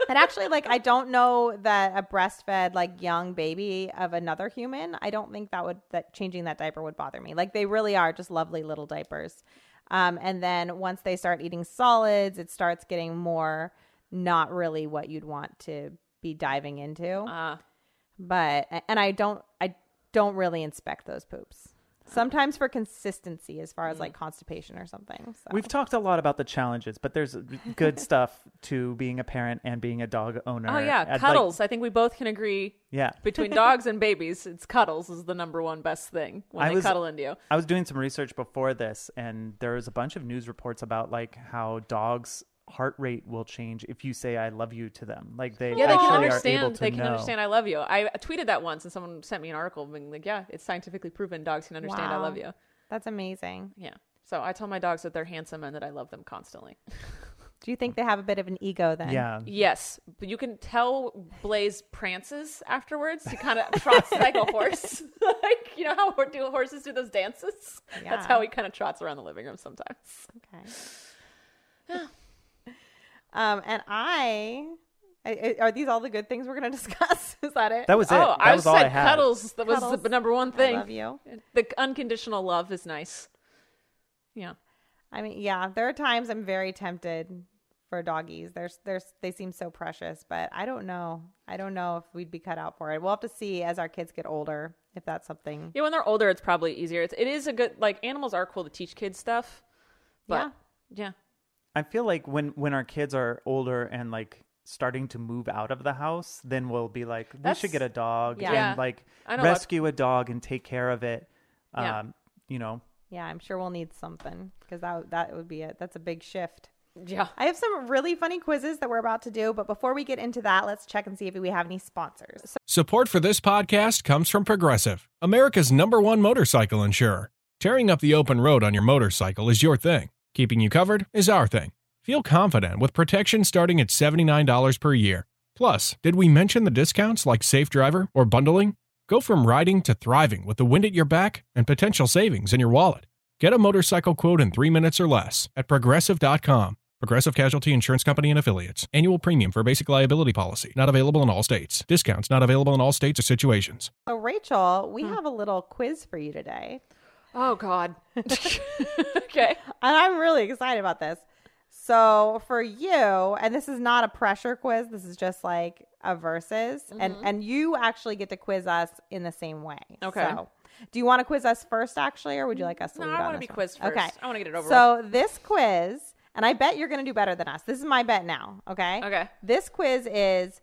C: And actually, like, I don't know that a breastfed, like, young baby of another human, I don't think that would, that changing that diaper would bother me. Like, they really are just lovely little diapers. Um, and then once they start eating solids, it starts getting more not really what you'd want to be diving into.
B: Uh,
C: but, and I don't, I don't really inspect those poops. Sometimes for consistency, as far as like constipation or something. So.
A: We've talked a lot about the challenges, but there's good stuff to being a parent and being a dog owner.
B: oh
A: I'd
B: yeah,
A: like-
B: cuddles. I think we both can agree
A: yeah.
B: between dogs and babies, it's cuddles is the number one best thing when
A: I
B: they
A: was-
B: cuddle into you.
A: I was doing some research before this, and there was a bunch of news reports about like how dogs' heart rate will change if you say "I love you" to them. Like they
B: Yeah, they can
A: actually are able
B: understand.
A: to
B: They can
A: know.
B: understand. I love you. I tweeted that once, and someone sent me an article being like, "Yeah, it's scientifically proven. Dogs can understand. I
C: Wow.
B: love you."
C: That's amazing.
B: Yeah. So I tell my dogs that they're handsome and that I love them constantly.
C: Do you think they have a bit of an ego then?
A: Yeah,
B: Yes, but you can tell Blaze prances afterwards. He kind of trots like a horse, like you know how hor- do horses do those dances. That's
C: Yeah.
B: how he kind of trots around the living room sometimes.
C: Okay. um, and I, I, I- are these all the good things we're going to discuss? Is that it?
A: that was it.
B: oh,
A: that
B: I
A: was
B: said
A: all I had.
B: cuddles. That was
C: Cuddles.
B: the number one
C: I
B: thing.
C: love you.
B: The unconditional love is nice. Yeah.
C: I mean, yeah, there are times I'm very tempted for doggies. There's, there's, they seem so precious, but I don't know. I don't know if we'd be cut out for it. We'll have to see as our kids get older if that's something.
B: Yeah, when they're older, it's probably easier. It's, it is a good like animals are cool to teach kids stuff, but yeah,
A: I feel like when when our kids are older and like starting to move out of the house, then we'll be like, we
B: That's-
A: should get a dog
C: Yeah.
B: Yeah.
A: and like
B: I know a lot-
A: rescue a dog and take care of it. Um,
B: Yeah.
A: you know,
C: Yeah, I'm sure we'll need something because that that would be it. That's a big shift.
B: Yeah.
C: I have some really funny quizzes that we're about to do, but before we get into that, let's check and see if we have any sponsors. So,
E: Support for this podcast comes from Progressive, America's number one motorcycle insurer. Tearing up the open road on your motorcycle is your thing. Keeping you covered is our thing. Feel confident with protection starting at $79 per year. Plus, did we mention the discounts like Safe Driver or bundling? Go from riding to thriving with the wind at your back and potential savings in your wallet. Get a motorcycle quote in three minutes or less at progressive.com. Progressive Casualty Insurance Company and Affiliates. Annual premium for basic liability policy. Not available in all states. Discounts not available in all states or situations.
C: so Oh, Rachel,
B: Hmm.
C: we have a little quiz for you today,
B: Oh God. okay.
C: and I'm really excited about this. So, for you, and this is not a pressure quiz. This is just like a versus, and
B: Mm-hmm.
C: and you actually get to quiz us in the same way.
B: Okay.
C: So, do you want to quiz us first, actually, or would you like us to?
B: No,
C: lead
B: I
C: on
B: wanna
C: this
B: be
C: one?
B: quizzed first.
C: Okay.
B: I wanna get it over
C: So this quiz, and I bet you're going to do better than us. This is my bet now. Okay.
B: Okay.
C: This quiz is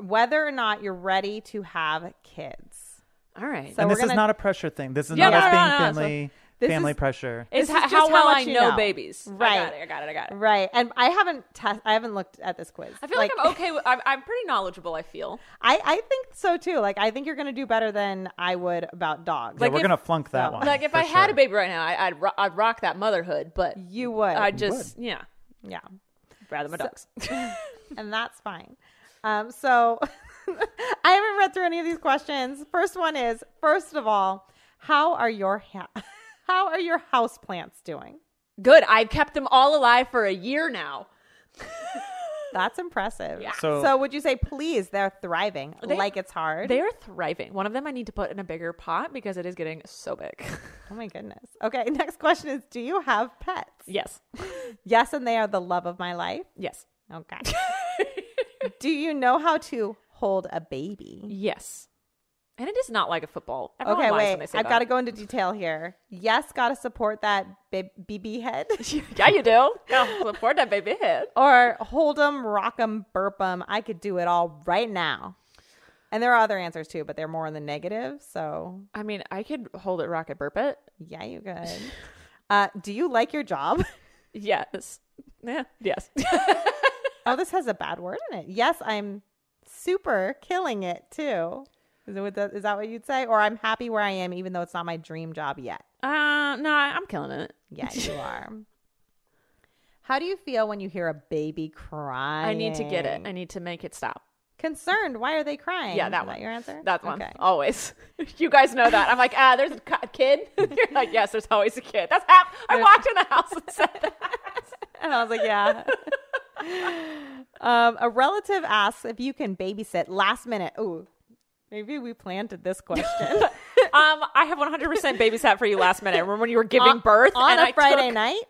C: whether or not you're ready to have kids.
B: All right.
C: So
A: and
C: we're
A: this
C: gonna-
A: is not a pressure thing. This is
B: Yeah,
A: not
B: no,
A: us
B: no,
A: being
B: no, no. So
A: family
C: this
A: family
C: is-
A: pressure.
B: it's
C: this
B: ho- how
C: is just how
B: well I
C: much you
B: know,
C: know.
B: babies.
C: Right.
B: I got it. I got it. I got it.
C: Right. And I haven't test. I haven't looked at this quiz.
B: I feel like, I'm okay. With, I'm, I'm pretty knowledgeable. I feel
C: I I think so too. Like I think you're going to do better than I would about dogs.
A: yeah,
B: like
A: we're
B: if-
A: gonna flunk that
C: no.
A: one.
B: like if
A: for
B: I had
A: sure.
B: a baby right now, I, I'd ro- I'd rock that motherhood. But
C: you would.
B: I just yeah,
C: yeah.
B: rather my dogs.
C: and that's fine. Um, so I haven't read through any of these questions. First one is: first of all, how are your ha- how are your house plants doing?
B: Good. I've kept them all alive for a year now.
C: That's impressive.
A: So-
C: so would you say please they're thriving like it's hard?
B: They are thriving. One of them I need to put in a bigger pot because it is getting so big.
C: oh my goodness. Okay. Next question is: Do you have pets?
B: yes.
C: Yes, and they are the love of my life.
B: Yes.
C: Okay. do you know how to hold a baby?
B: Yes. And it is not like a football. Everyone
C: Okay,
B: lies when they
C: wait.
B: say
C: I've
B: that.
C: got to go into detail here. Yes, got to support that ba- BB head.
B: yeah, you do. Yeah, support that baby head.
C: or hold 'em, rock 'em, burp 'em. I could do it all right now. And there are other answers too, but they're more in the negative. So
B: I mean, I could hold it, rocket, burp it.
C: yeah, you could. Uh, do you like your job?
B: Yes. Yeah. Yes.
C: oh, this has a bad word in it. Yes, I'm super killing it too. Is, it what that, is that what you'd say? Or I'm happy where I am, even though it's not my dream job yet.
B: uh, no, I- I'm killing it.
C: Yeah, you are. How do you feel when you hear a baby crying?
B: I need to get it. I need to make it stop.
C: Concerned. Why are they crying?
B: Yeah, that
C: Is
B: one.
C: Your answer.
B: That one. Oh.
C: Okay.
B: Always. You guys know that. I'm like, ah, there's a cu- kid. You're like, yes, there's always a kid. That's half. I walked in the house and said that.
C: And I was like, yeah. um, a relative asks if you can babysit last minute. Ooh, maybe we planted this question.
B: Um, I have 100% babysat for you last minute. Remember when you were giving birth
C: on
B: and
C: a
B: I
C: Friday
B: took-
C: night?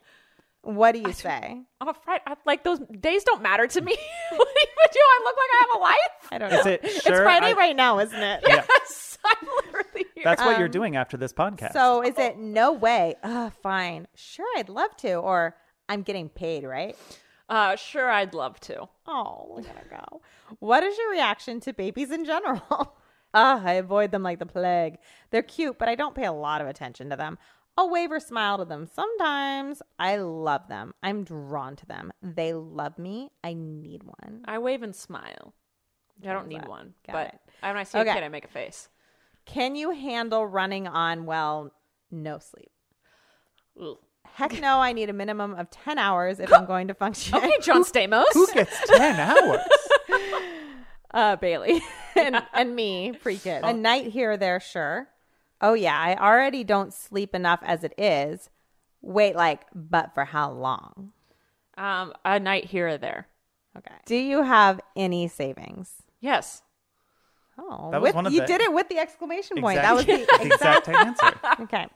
C: What do you say?
B: On a Friday, I, like those days don't matter to me. what do you do? I look like I have a life.
C: I don't know.
A: Is it
C: it's
A: sure?
C: Friday
A: I-
C: right now, isn't it?
B: Yes, I'm literally here.
A: That's what you're doing after this podcast.
C: So is it no way? Ugh, fine. Sure, I'd love to. Or I'm getting paid, right?
B: uh, sure, I'd love to.
C: Oh, we gotta go. What is your reaction to babies in general? Ah, I avoid them like the plague. They're cute, but I don't pay a lot of attention to them. I'll wave or smile to them sometimes. I love them. I'm drawn to them. They love me. I need one.
B: I wave and smile. I don't need
C: that.
B: one,
C: Got
B: but
C: it.
B: I- when I see
C: Okay.
B: a kid, I make a face.
C: Can you handle running on, well, no sleep?
B: Ugh.
C: Heck no, I need a minimum of 10 hours if I'm going to function.
B: Okay, John Stamos,
A: who gets ten hours?
C: uh, Bailey and, and me, pre kid. A night here or there, sure. Oh, yeah, I already don't sleep enough as it is. Wait, like, but for how long?
B: um, a night here or there.
C: Okay. Do you have any savings?
B: Yes,
C: Oh,
A: That was
C: with-
A: one of
C: you
A: the-
C: did it with the exclamation point. That was
A: Exactly.
C: the
A: the exact answer.
C: okay.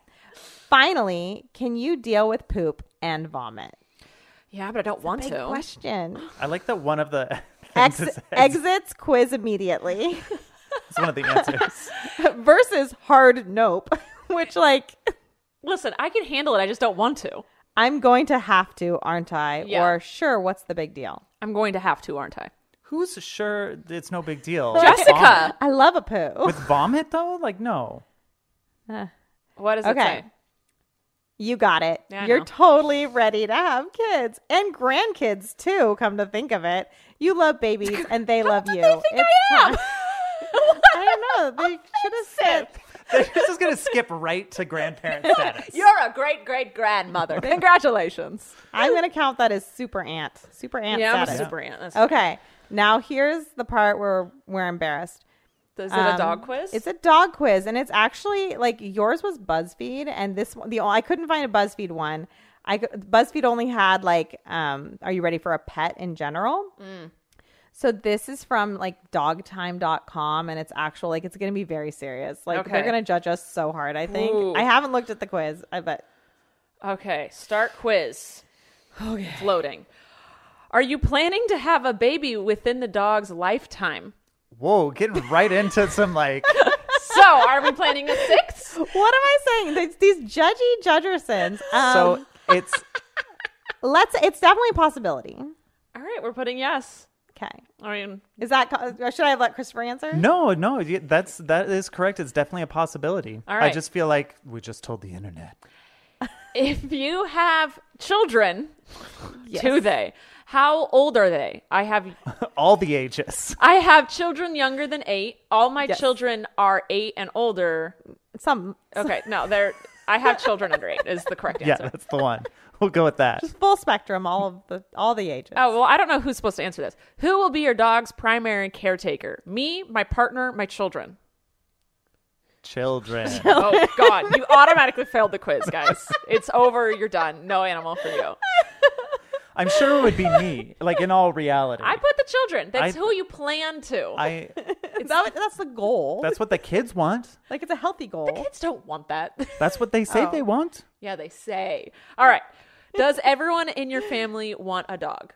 C: Finally, can you deal with poop and vomit?
B: yeah, but I don't want
C: Big
B: to.
C: question.
A: I like that one of the
C: Ex-
A: things is-
C: exits quiz immediately
A: is one of the answers.
C: versus hard nope, which like
B: Listen, I can handle it. I just don't want to.
C: I'm going to have to, aren't I?
B: Yeah.
C: Or sure, what's the big deal?
B: I'm going to have to, aren't I?
A: Who's sure it's no big deal?
B: Jessica.
A: Vomit.
C: I love a poo.
A: With vomit though? Like no.
B: What does it
C: Okay.
B: say?
C: You got it.
B: Yeah, I
C: You're
B: know.
C: totally ready to have kids and grandkids too. Come to think of it, you love babies and they love you.
B: They think
C: It's
B: I am.
C: time- I don't know. They should have said.
A: this is gonna skip right to grandparent status.
B: You're a great great grandmother. Congratulations.
C: I'm going to count that as super aunt. Super aunt.
B: Yeah, I'm a
C: status.
B: super aunt. That's-
C: Okay. Now here's the part where we're embarrassed.
B: Is it a
C: Um,
B: dog quiz?
C: It's a dog quiz, and it's actually like yours was BuzzFeed, and this one- the I couldn't find a BuzzFeed one. I cou- BuzzFeed only had like, um, are you ready for a pet in general?
B: Mm.
C: So this is from like dogtime.com and it's actual like it's going to be very serious. Like they're
B: Okay.
C: going to judge us so hard, I think.
B: Ooh.
C: I haven't looked at the quiz, I bet.
B: Okay, start quiz. Okay. Floating. Are you planning to have a baby within the dog's lifetime?
A: Whoa, getting right into some like
B: So, are we planning a sixth?
C: What am I saying? These, these judgy judgersons. Um,
A: so it's
C: let's it's definitely a possibility.
B: All right, we're putting yes.
C: Okay.
B: I mean,
C: Is that co- or should I have let Christopher answer?
A: no, no, y- that's that is correct. It's definitely a possibility.
B: All
A: I
B: right.
A: just feel like we just told the internet.
B: if you have children, do they? How old are they? I have
A: All the ages.
B: I have children younger than 8. All my
C: Yes.
B: children are 8 and older.
C: Some
B: Okay, no, they're I have children under 8 is the correct
A: Yeah,
B: answer.
A: that's the one. We'll go with that.
C: full spectrum all of the all the ages.
B: Oh, well, I don't know who's supposed to answer this. Who will be your dog's primary caretaker? Me, my partner, my children.
A: Children.
B: Oh, God. You automatically failed the quiz, guys. It's over. You're done. No animal for you.
A: I'm sure it would be me. Like in all reality.
B: I put the children. That's
A: I-
B: who you plan to.
A: I
C: That- that's the goal.
A: that's what the kids want.
C: like it's a healthy goal.
B: Kids don't want that.
A: That's what they say they want.
B: yeah, they say. All right. Does everyone in your family want a dog?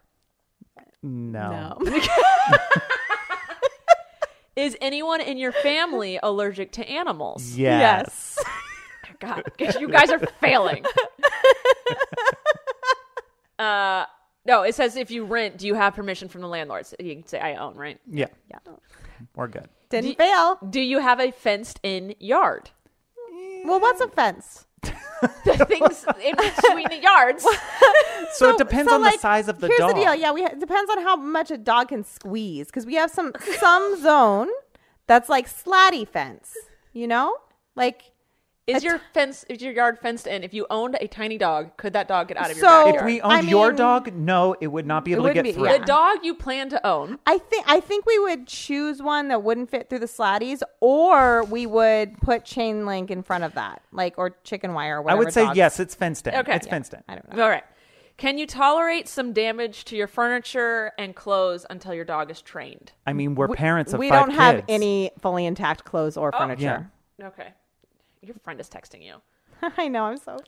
A: No.
B: Is anyone in your family allergic to animals?
A: Yes.
B: God, you guys are failing. uh, no, it says if you rent, do you have permission from the landlords? You can say I own, right?
A: Yeah. We're good.
C: Didn't fail.
B: Do you have a fenced-in yard?
C: Well, what's a fence?
B: The things in between the yards.
A: So, it depends
C: So,
A: on
C: like,
A: the size of the
C: here's
A: dog.
C: the deal. Yeah, we ha- it depends on how much a dog can squeeze because we have some some zone that's like slatty fence. You know, like
B: Is your fence, is your yard fenced in? If you owned a tiny dog, could that dog get out of your
C: So-
B: backyard?
A: If we
C: I
A: owned your
C: mean-
A: dog, no, it would not be able to get
C: wouldn't be,
A: through.
B: the dog you plan to own.
C: I think I think we would choose one that wouldn't fit through the slatties, or we would put chain link in front of that, like or chicken wire. Or
A: I
C: whatever
A: would say
C: dogs-
A: yes, it's fenced in.
B: Okay.
A: It's
B: Yeah.
A: fenced in.
C: I don't know.
B: All right. Can you tolerate some damage to your furniture and clothes until your dog is trained?
A: I mean, we're parents of
C: we
A: five
C: don't have
A: kids.
C: any fully intact clothes or
B: Oh.
C: furniture.
B: Okay. Your friend is texting you.
C: I know. I'm so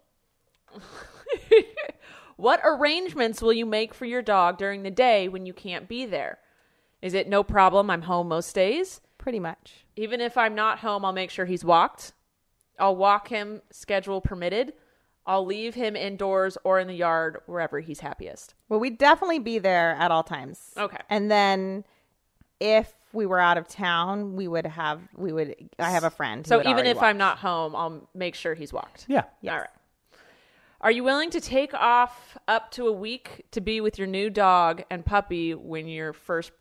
B: What arrangements will you make for your dog during the day when you can't be there? Is it no problem? I'm home most days.
C: pretty much.
B: Even if I'm not home, I'll make sure he's walked. I'll walk him, schedule permitted. I'll leave him indoors or in the yard, wherever he's happiest.
C: Well, we'd definitely be there at all times.
B: Okay.
C: And then if we were out of town, we would have we would I have a friend. who
B: So
C: would
B: even
C: already
B: if
C: walk.
B: I'm not home, I'll make sure he's walked.
A: Yeah.
B: All right. Are you willing to take off up to a week to be with your new dog and puppy when you're first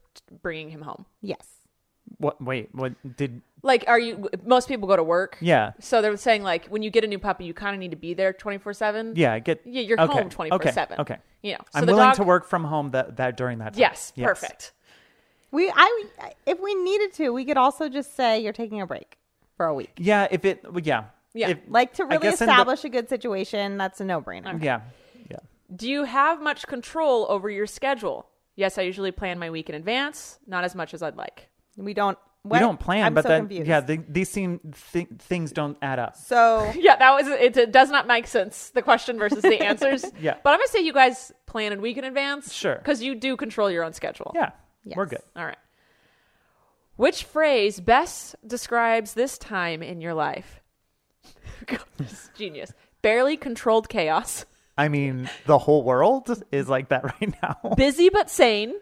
B: bringing him home?
C: Yes.
A: What? Wait. What did?
B: Like, are you? Most people go to work.
A: Yeah.
B: So they're saying like, when you get a new puppy, you kind of need to be there twenty four seven.
A: Yeah. I get.
B: Yeah, you're
A: okay,
B: home twenty four seven.
A: Okay. Okay.
B: You know, so
A: I'm
B: the
A: willing
B: dog-
A: to work from home that, that during that time.
B: Yes, Perfect.
C: We I if we needed to, we could also just say you're taking a break for a week.
A: Yeah. If it. Yeah.
B: Yeah.
A: If-
C: Like to
A: I
C: really
A: guess in the-
C: establish a good situation, that's a no-brainer.
A: yeah. Yeah.
B: Do you have much control over your schedule? Yes, I usually plan my week in advance. Not as much as I'd like.
C: We don't what?
A: We don't plan,
C: I'm
A: but
C: so
A: then
C: confused.
A: yeah, the, these seem th- things don't add up.
C: So
B: Yeah, that was it. It does not make sense. The question versus the answers.
A: Yeah.
B: but I'm gonna say you guys plan a week in advance.
A: Sure.
B: because you do control your own schedule.
A: Yeah. We're
C: Yes.
A: good.
B: All right. Which phrase best describes this time in your life? God, this is genius. Barely controlled chaos.
A: I mean, the whole world is like that right now.
B: Busy but sane.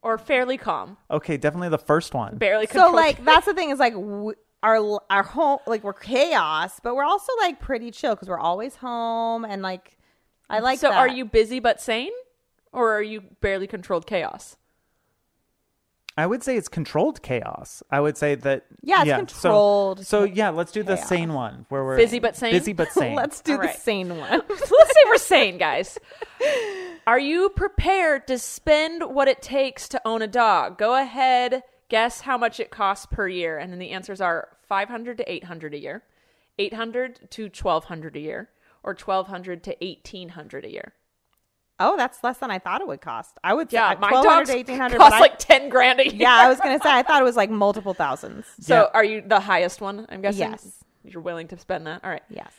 B: or fairly calm,
A: Okay, definitely the first one.
B: barely
C: So
B: controlled.
C: like that's the thing is like w- our our home like we're chaos, but we're also like pretty chill because we're always home and like I like.
B: so
C: that.
B: are you busy but sane, or are you barely controlled chaos?
A: I would say it's controlled chaos. I would say that
C: Yeah, it's
A: so-
C: controlled
A: So, yeah, let's do the sane one where we're
B: Busy but sane?
A: Busy but sane.
C: Let's do
B: All
C: the
B: right.
C: sane one.
B: Let's say we're sane, guys. Are you prepared to spend what it takes to own a dog? Go ahead, guess how much it costs per year, and then the answers are five hundred to eight hundred a year, eight hundred to twelve hundred a year, or twelve hundred to eighteen hundred a year.
C: oh, that's less than I thought it would cost. I would
B: Yeah,
C: say
B: my
C: twelve
B: dog
C: hundred
B: costs
C: to eighteen hundred.
B: like ten grand a year.
C: yeah, I was gonna say I thought it was like multiple thousands.
B: So,
A: Yeah.
B: are you the highest one? I'm guessing.
C: Yes.
B: You're willing to spend that. All right.
C: Yes.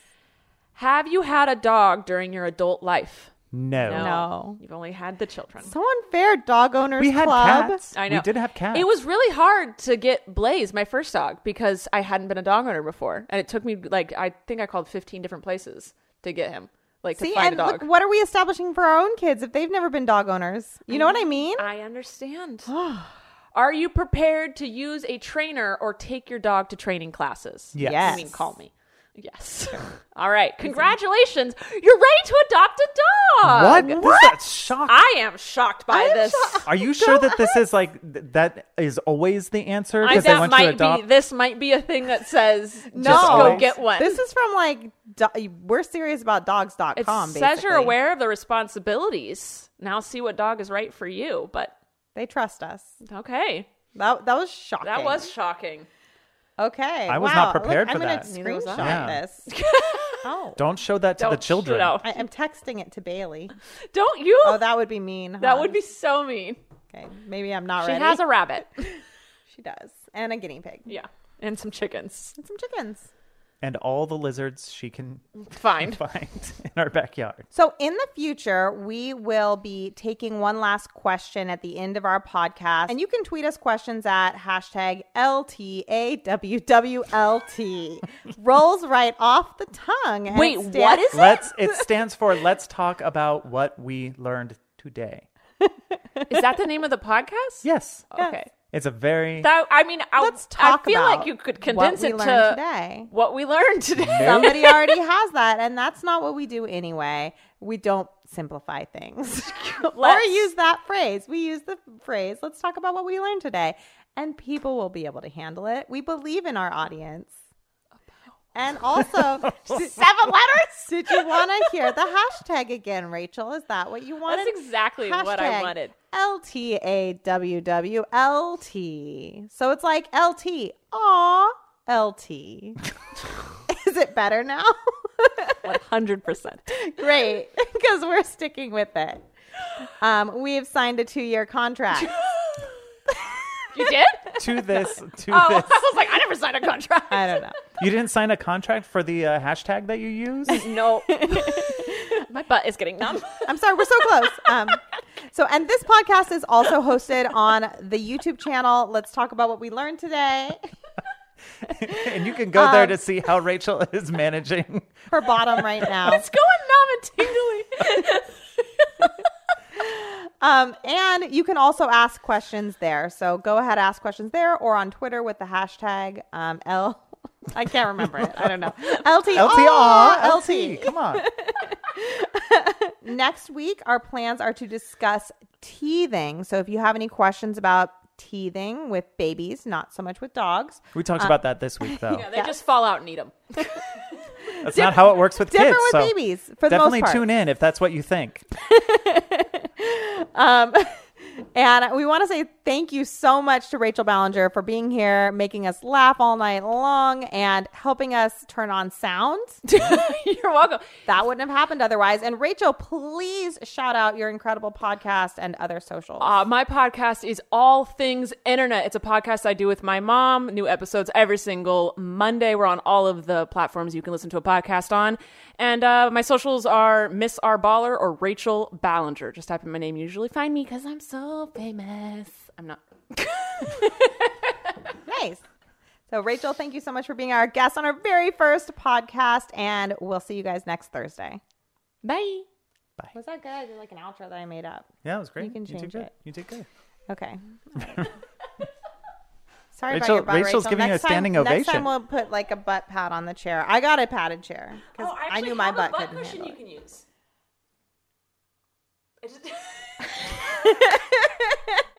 B: Have you had a dog during your adult life?
A: no.
C: No.
B: You've only had the children.
C: So unfair, dog owners
A: We had
C: club.
A: cats.
B: I know.
A: We did have cats.
B: It was really hard to get Blaze, my first dog, because I hadn't been a dog owner before. And it took me, like, I think I called 15 different places to get him, like,
C: See,
B: to find
C: and
B: a
C: look,
B: dog.
C: what are we establishing for our own kids if they've never been dog owners? You know what I mean?
B: I understand. Are you prepared to use a trainer or take your dog to training classes?
A: Yes.
B: I mean, call me. Yes. All right. Congratulations. You're ready to adopt a dog.
A: What? What? That's shocking.
B: Uh, I am shocked by
C: I am
B: this.
C: shocked.
A: Are you sure that this is like th- that is always the answer
B: I,
A: because they
B: that
A: want you to
B: might
A: adopt?
B: be. This might be a thing that says
C: No,
B: just go
A: always.
B: get one.
C: This is from like do- we're serious about dogs.com.
B: it
C: basically.
B: says you're aware of the responsibilities. Now see what dog is right for you. But
C: They trust us.
B: okay,
C: That that was shocking.
B: that was shocking.
C: okay.
A: I was
C: wow.
A: not prepared
C: Look,
A: for
C: I'm
A: that.
C: gonna
B: Neither was
C: screenshot
B: I.
A: Yeah.
C: this. oh,
A: Don't show that to the
B: Don't
A: children.
B: No,
C: I, am texting it to Bailey.
B: don't you?
C: Oh,
B: that,
C: that would be mean. huh?
B: would be so mean.
C: okay. Maybe I'm not
B: She
C: ready.
B: has a rabbit.
C: She does, and a guinea pig,
B: yeah, and some chickens.
C: and some chickens.
A: And all the lizards she can
B: Fine.
A: find in our backyard.
C: So, in the future, we will be taking one last question at the end of our podcast. And you can tweet us questions at hashtag LTAWWLT. Rolls right off the tongue. and
B: Wait,
C: it stands-
B: what is it?
A: Let's. It stands for Let's talk about what we learned today.
B: Is that the name of the podcast?
A: Yes,
B: Okay.
A: it's a very
B: Oh. That I mean, I,
C: Let's talk
B: I feel
C: about
B: like you could
C: what
B: condense
C: we
B: it to
C: learned today.
B: what we learned today.
C: Somebody already has that, and that's not what we do anyway. We don't simplify things or
B: Let's-
C: use that phrase. We use the phrase, let's talk about what we learned today, and people will be able to handle it. We believe in our audience. And also, seven letters. Did you want to hear the hashtag again, Rachel? Is that what you wanted?
B: exactly what I wanted.
C: LTAWWLT. So it's like LT. Aw, LT. Is it better now?
B: Hundred percent.
C: Great, because we're sticking with it. Um, we have signed a two-year contract.
B: You did?
A: to this to
B: Oh, I
A: this.
B: was like, I never signed a contract.
C: I don't know.
A: You didn't sign a contract for the uh, hashtag that you use.
B: Uh, No. My butt is getting numb.
C: I'm sorry, we're so close. Um, so, and this podcast is also hosted on the YouTube channel. Let's talk about what we learned today.
A: and you can go there
C: Um,
A: to see how Rachel is managing.
C: Her bottom right now.
B: It's going numb and tingly.
C: Um, and you can also ask questions there. So go ahead, ask questions there or on Twitter with the hashtag um, L. I can't remember it. I don't know. LTR.
A: LTR, LT. Come on.
C: Next week, our plans are to discuss teething. So if you have any questions about teething with babies, not so much with dogs,
A: We talked about that this week, though.
B: Yeah, they just fall out and eat them.
A: that's not how it works with
C: different
A: kids.
C: with
A: so
C: babies for the
A: definitely
C: most part.
A: tune in if that's what you think.
C: And we want to say thank you so much to Rachel Ballinger for being here, making us laugh all night long, and helping us turn on sound.
B: You're welcome.
C: That wouldn't have happened otherwise. And Rachel, please shout out your incredible podcast and other socials.
B: Uh, my podcast is All Things Internet. It's a podcast I do with my mom. New episodes every single Monday. We're on all of the platforms you can listen to a podcast on. And uh, my socials are Miss R. Baller or Rachel Ballinger. Just type in my name. You usually find me because I'm so famous. I'm not.
C: nice. So, Rachel, thank you so much for being our guest on our very first podcast. And we'll see you guys next Thursday.
B: Bye.
C: Was that good? Like an outro that I made up.
A: Yeah, it was great.
C: You can
A: did
C: change
A: good.
C: it.
A: You did good.
C: Okay. Sorry
A: Rachel-
C: about your butt,
A: Rachel's
C: Rachel.
A: giving you
C: next
A: a standing
C: time, Next
A: ovation.
C: time we'll put like a butt pad on the chair. I got a padded chair because
B: Oh, I
C: I
B: actually
C: knew my
B: have
C: butt,
B: a butt
C: couldn't
B: cushion
C: handle
B: you can
C: it.
B: use. I just-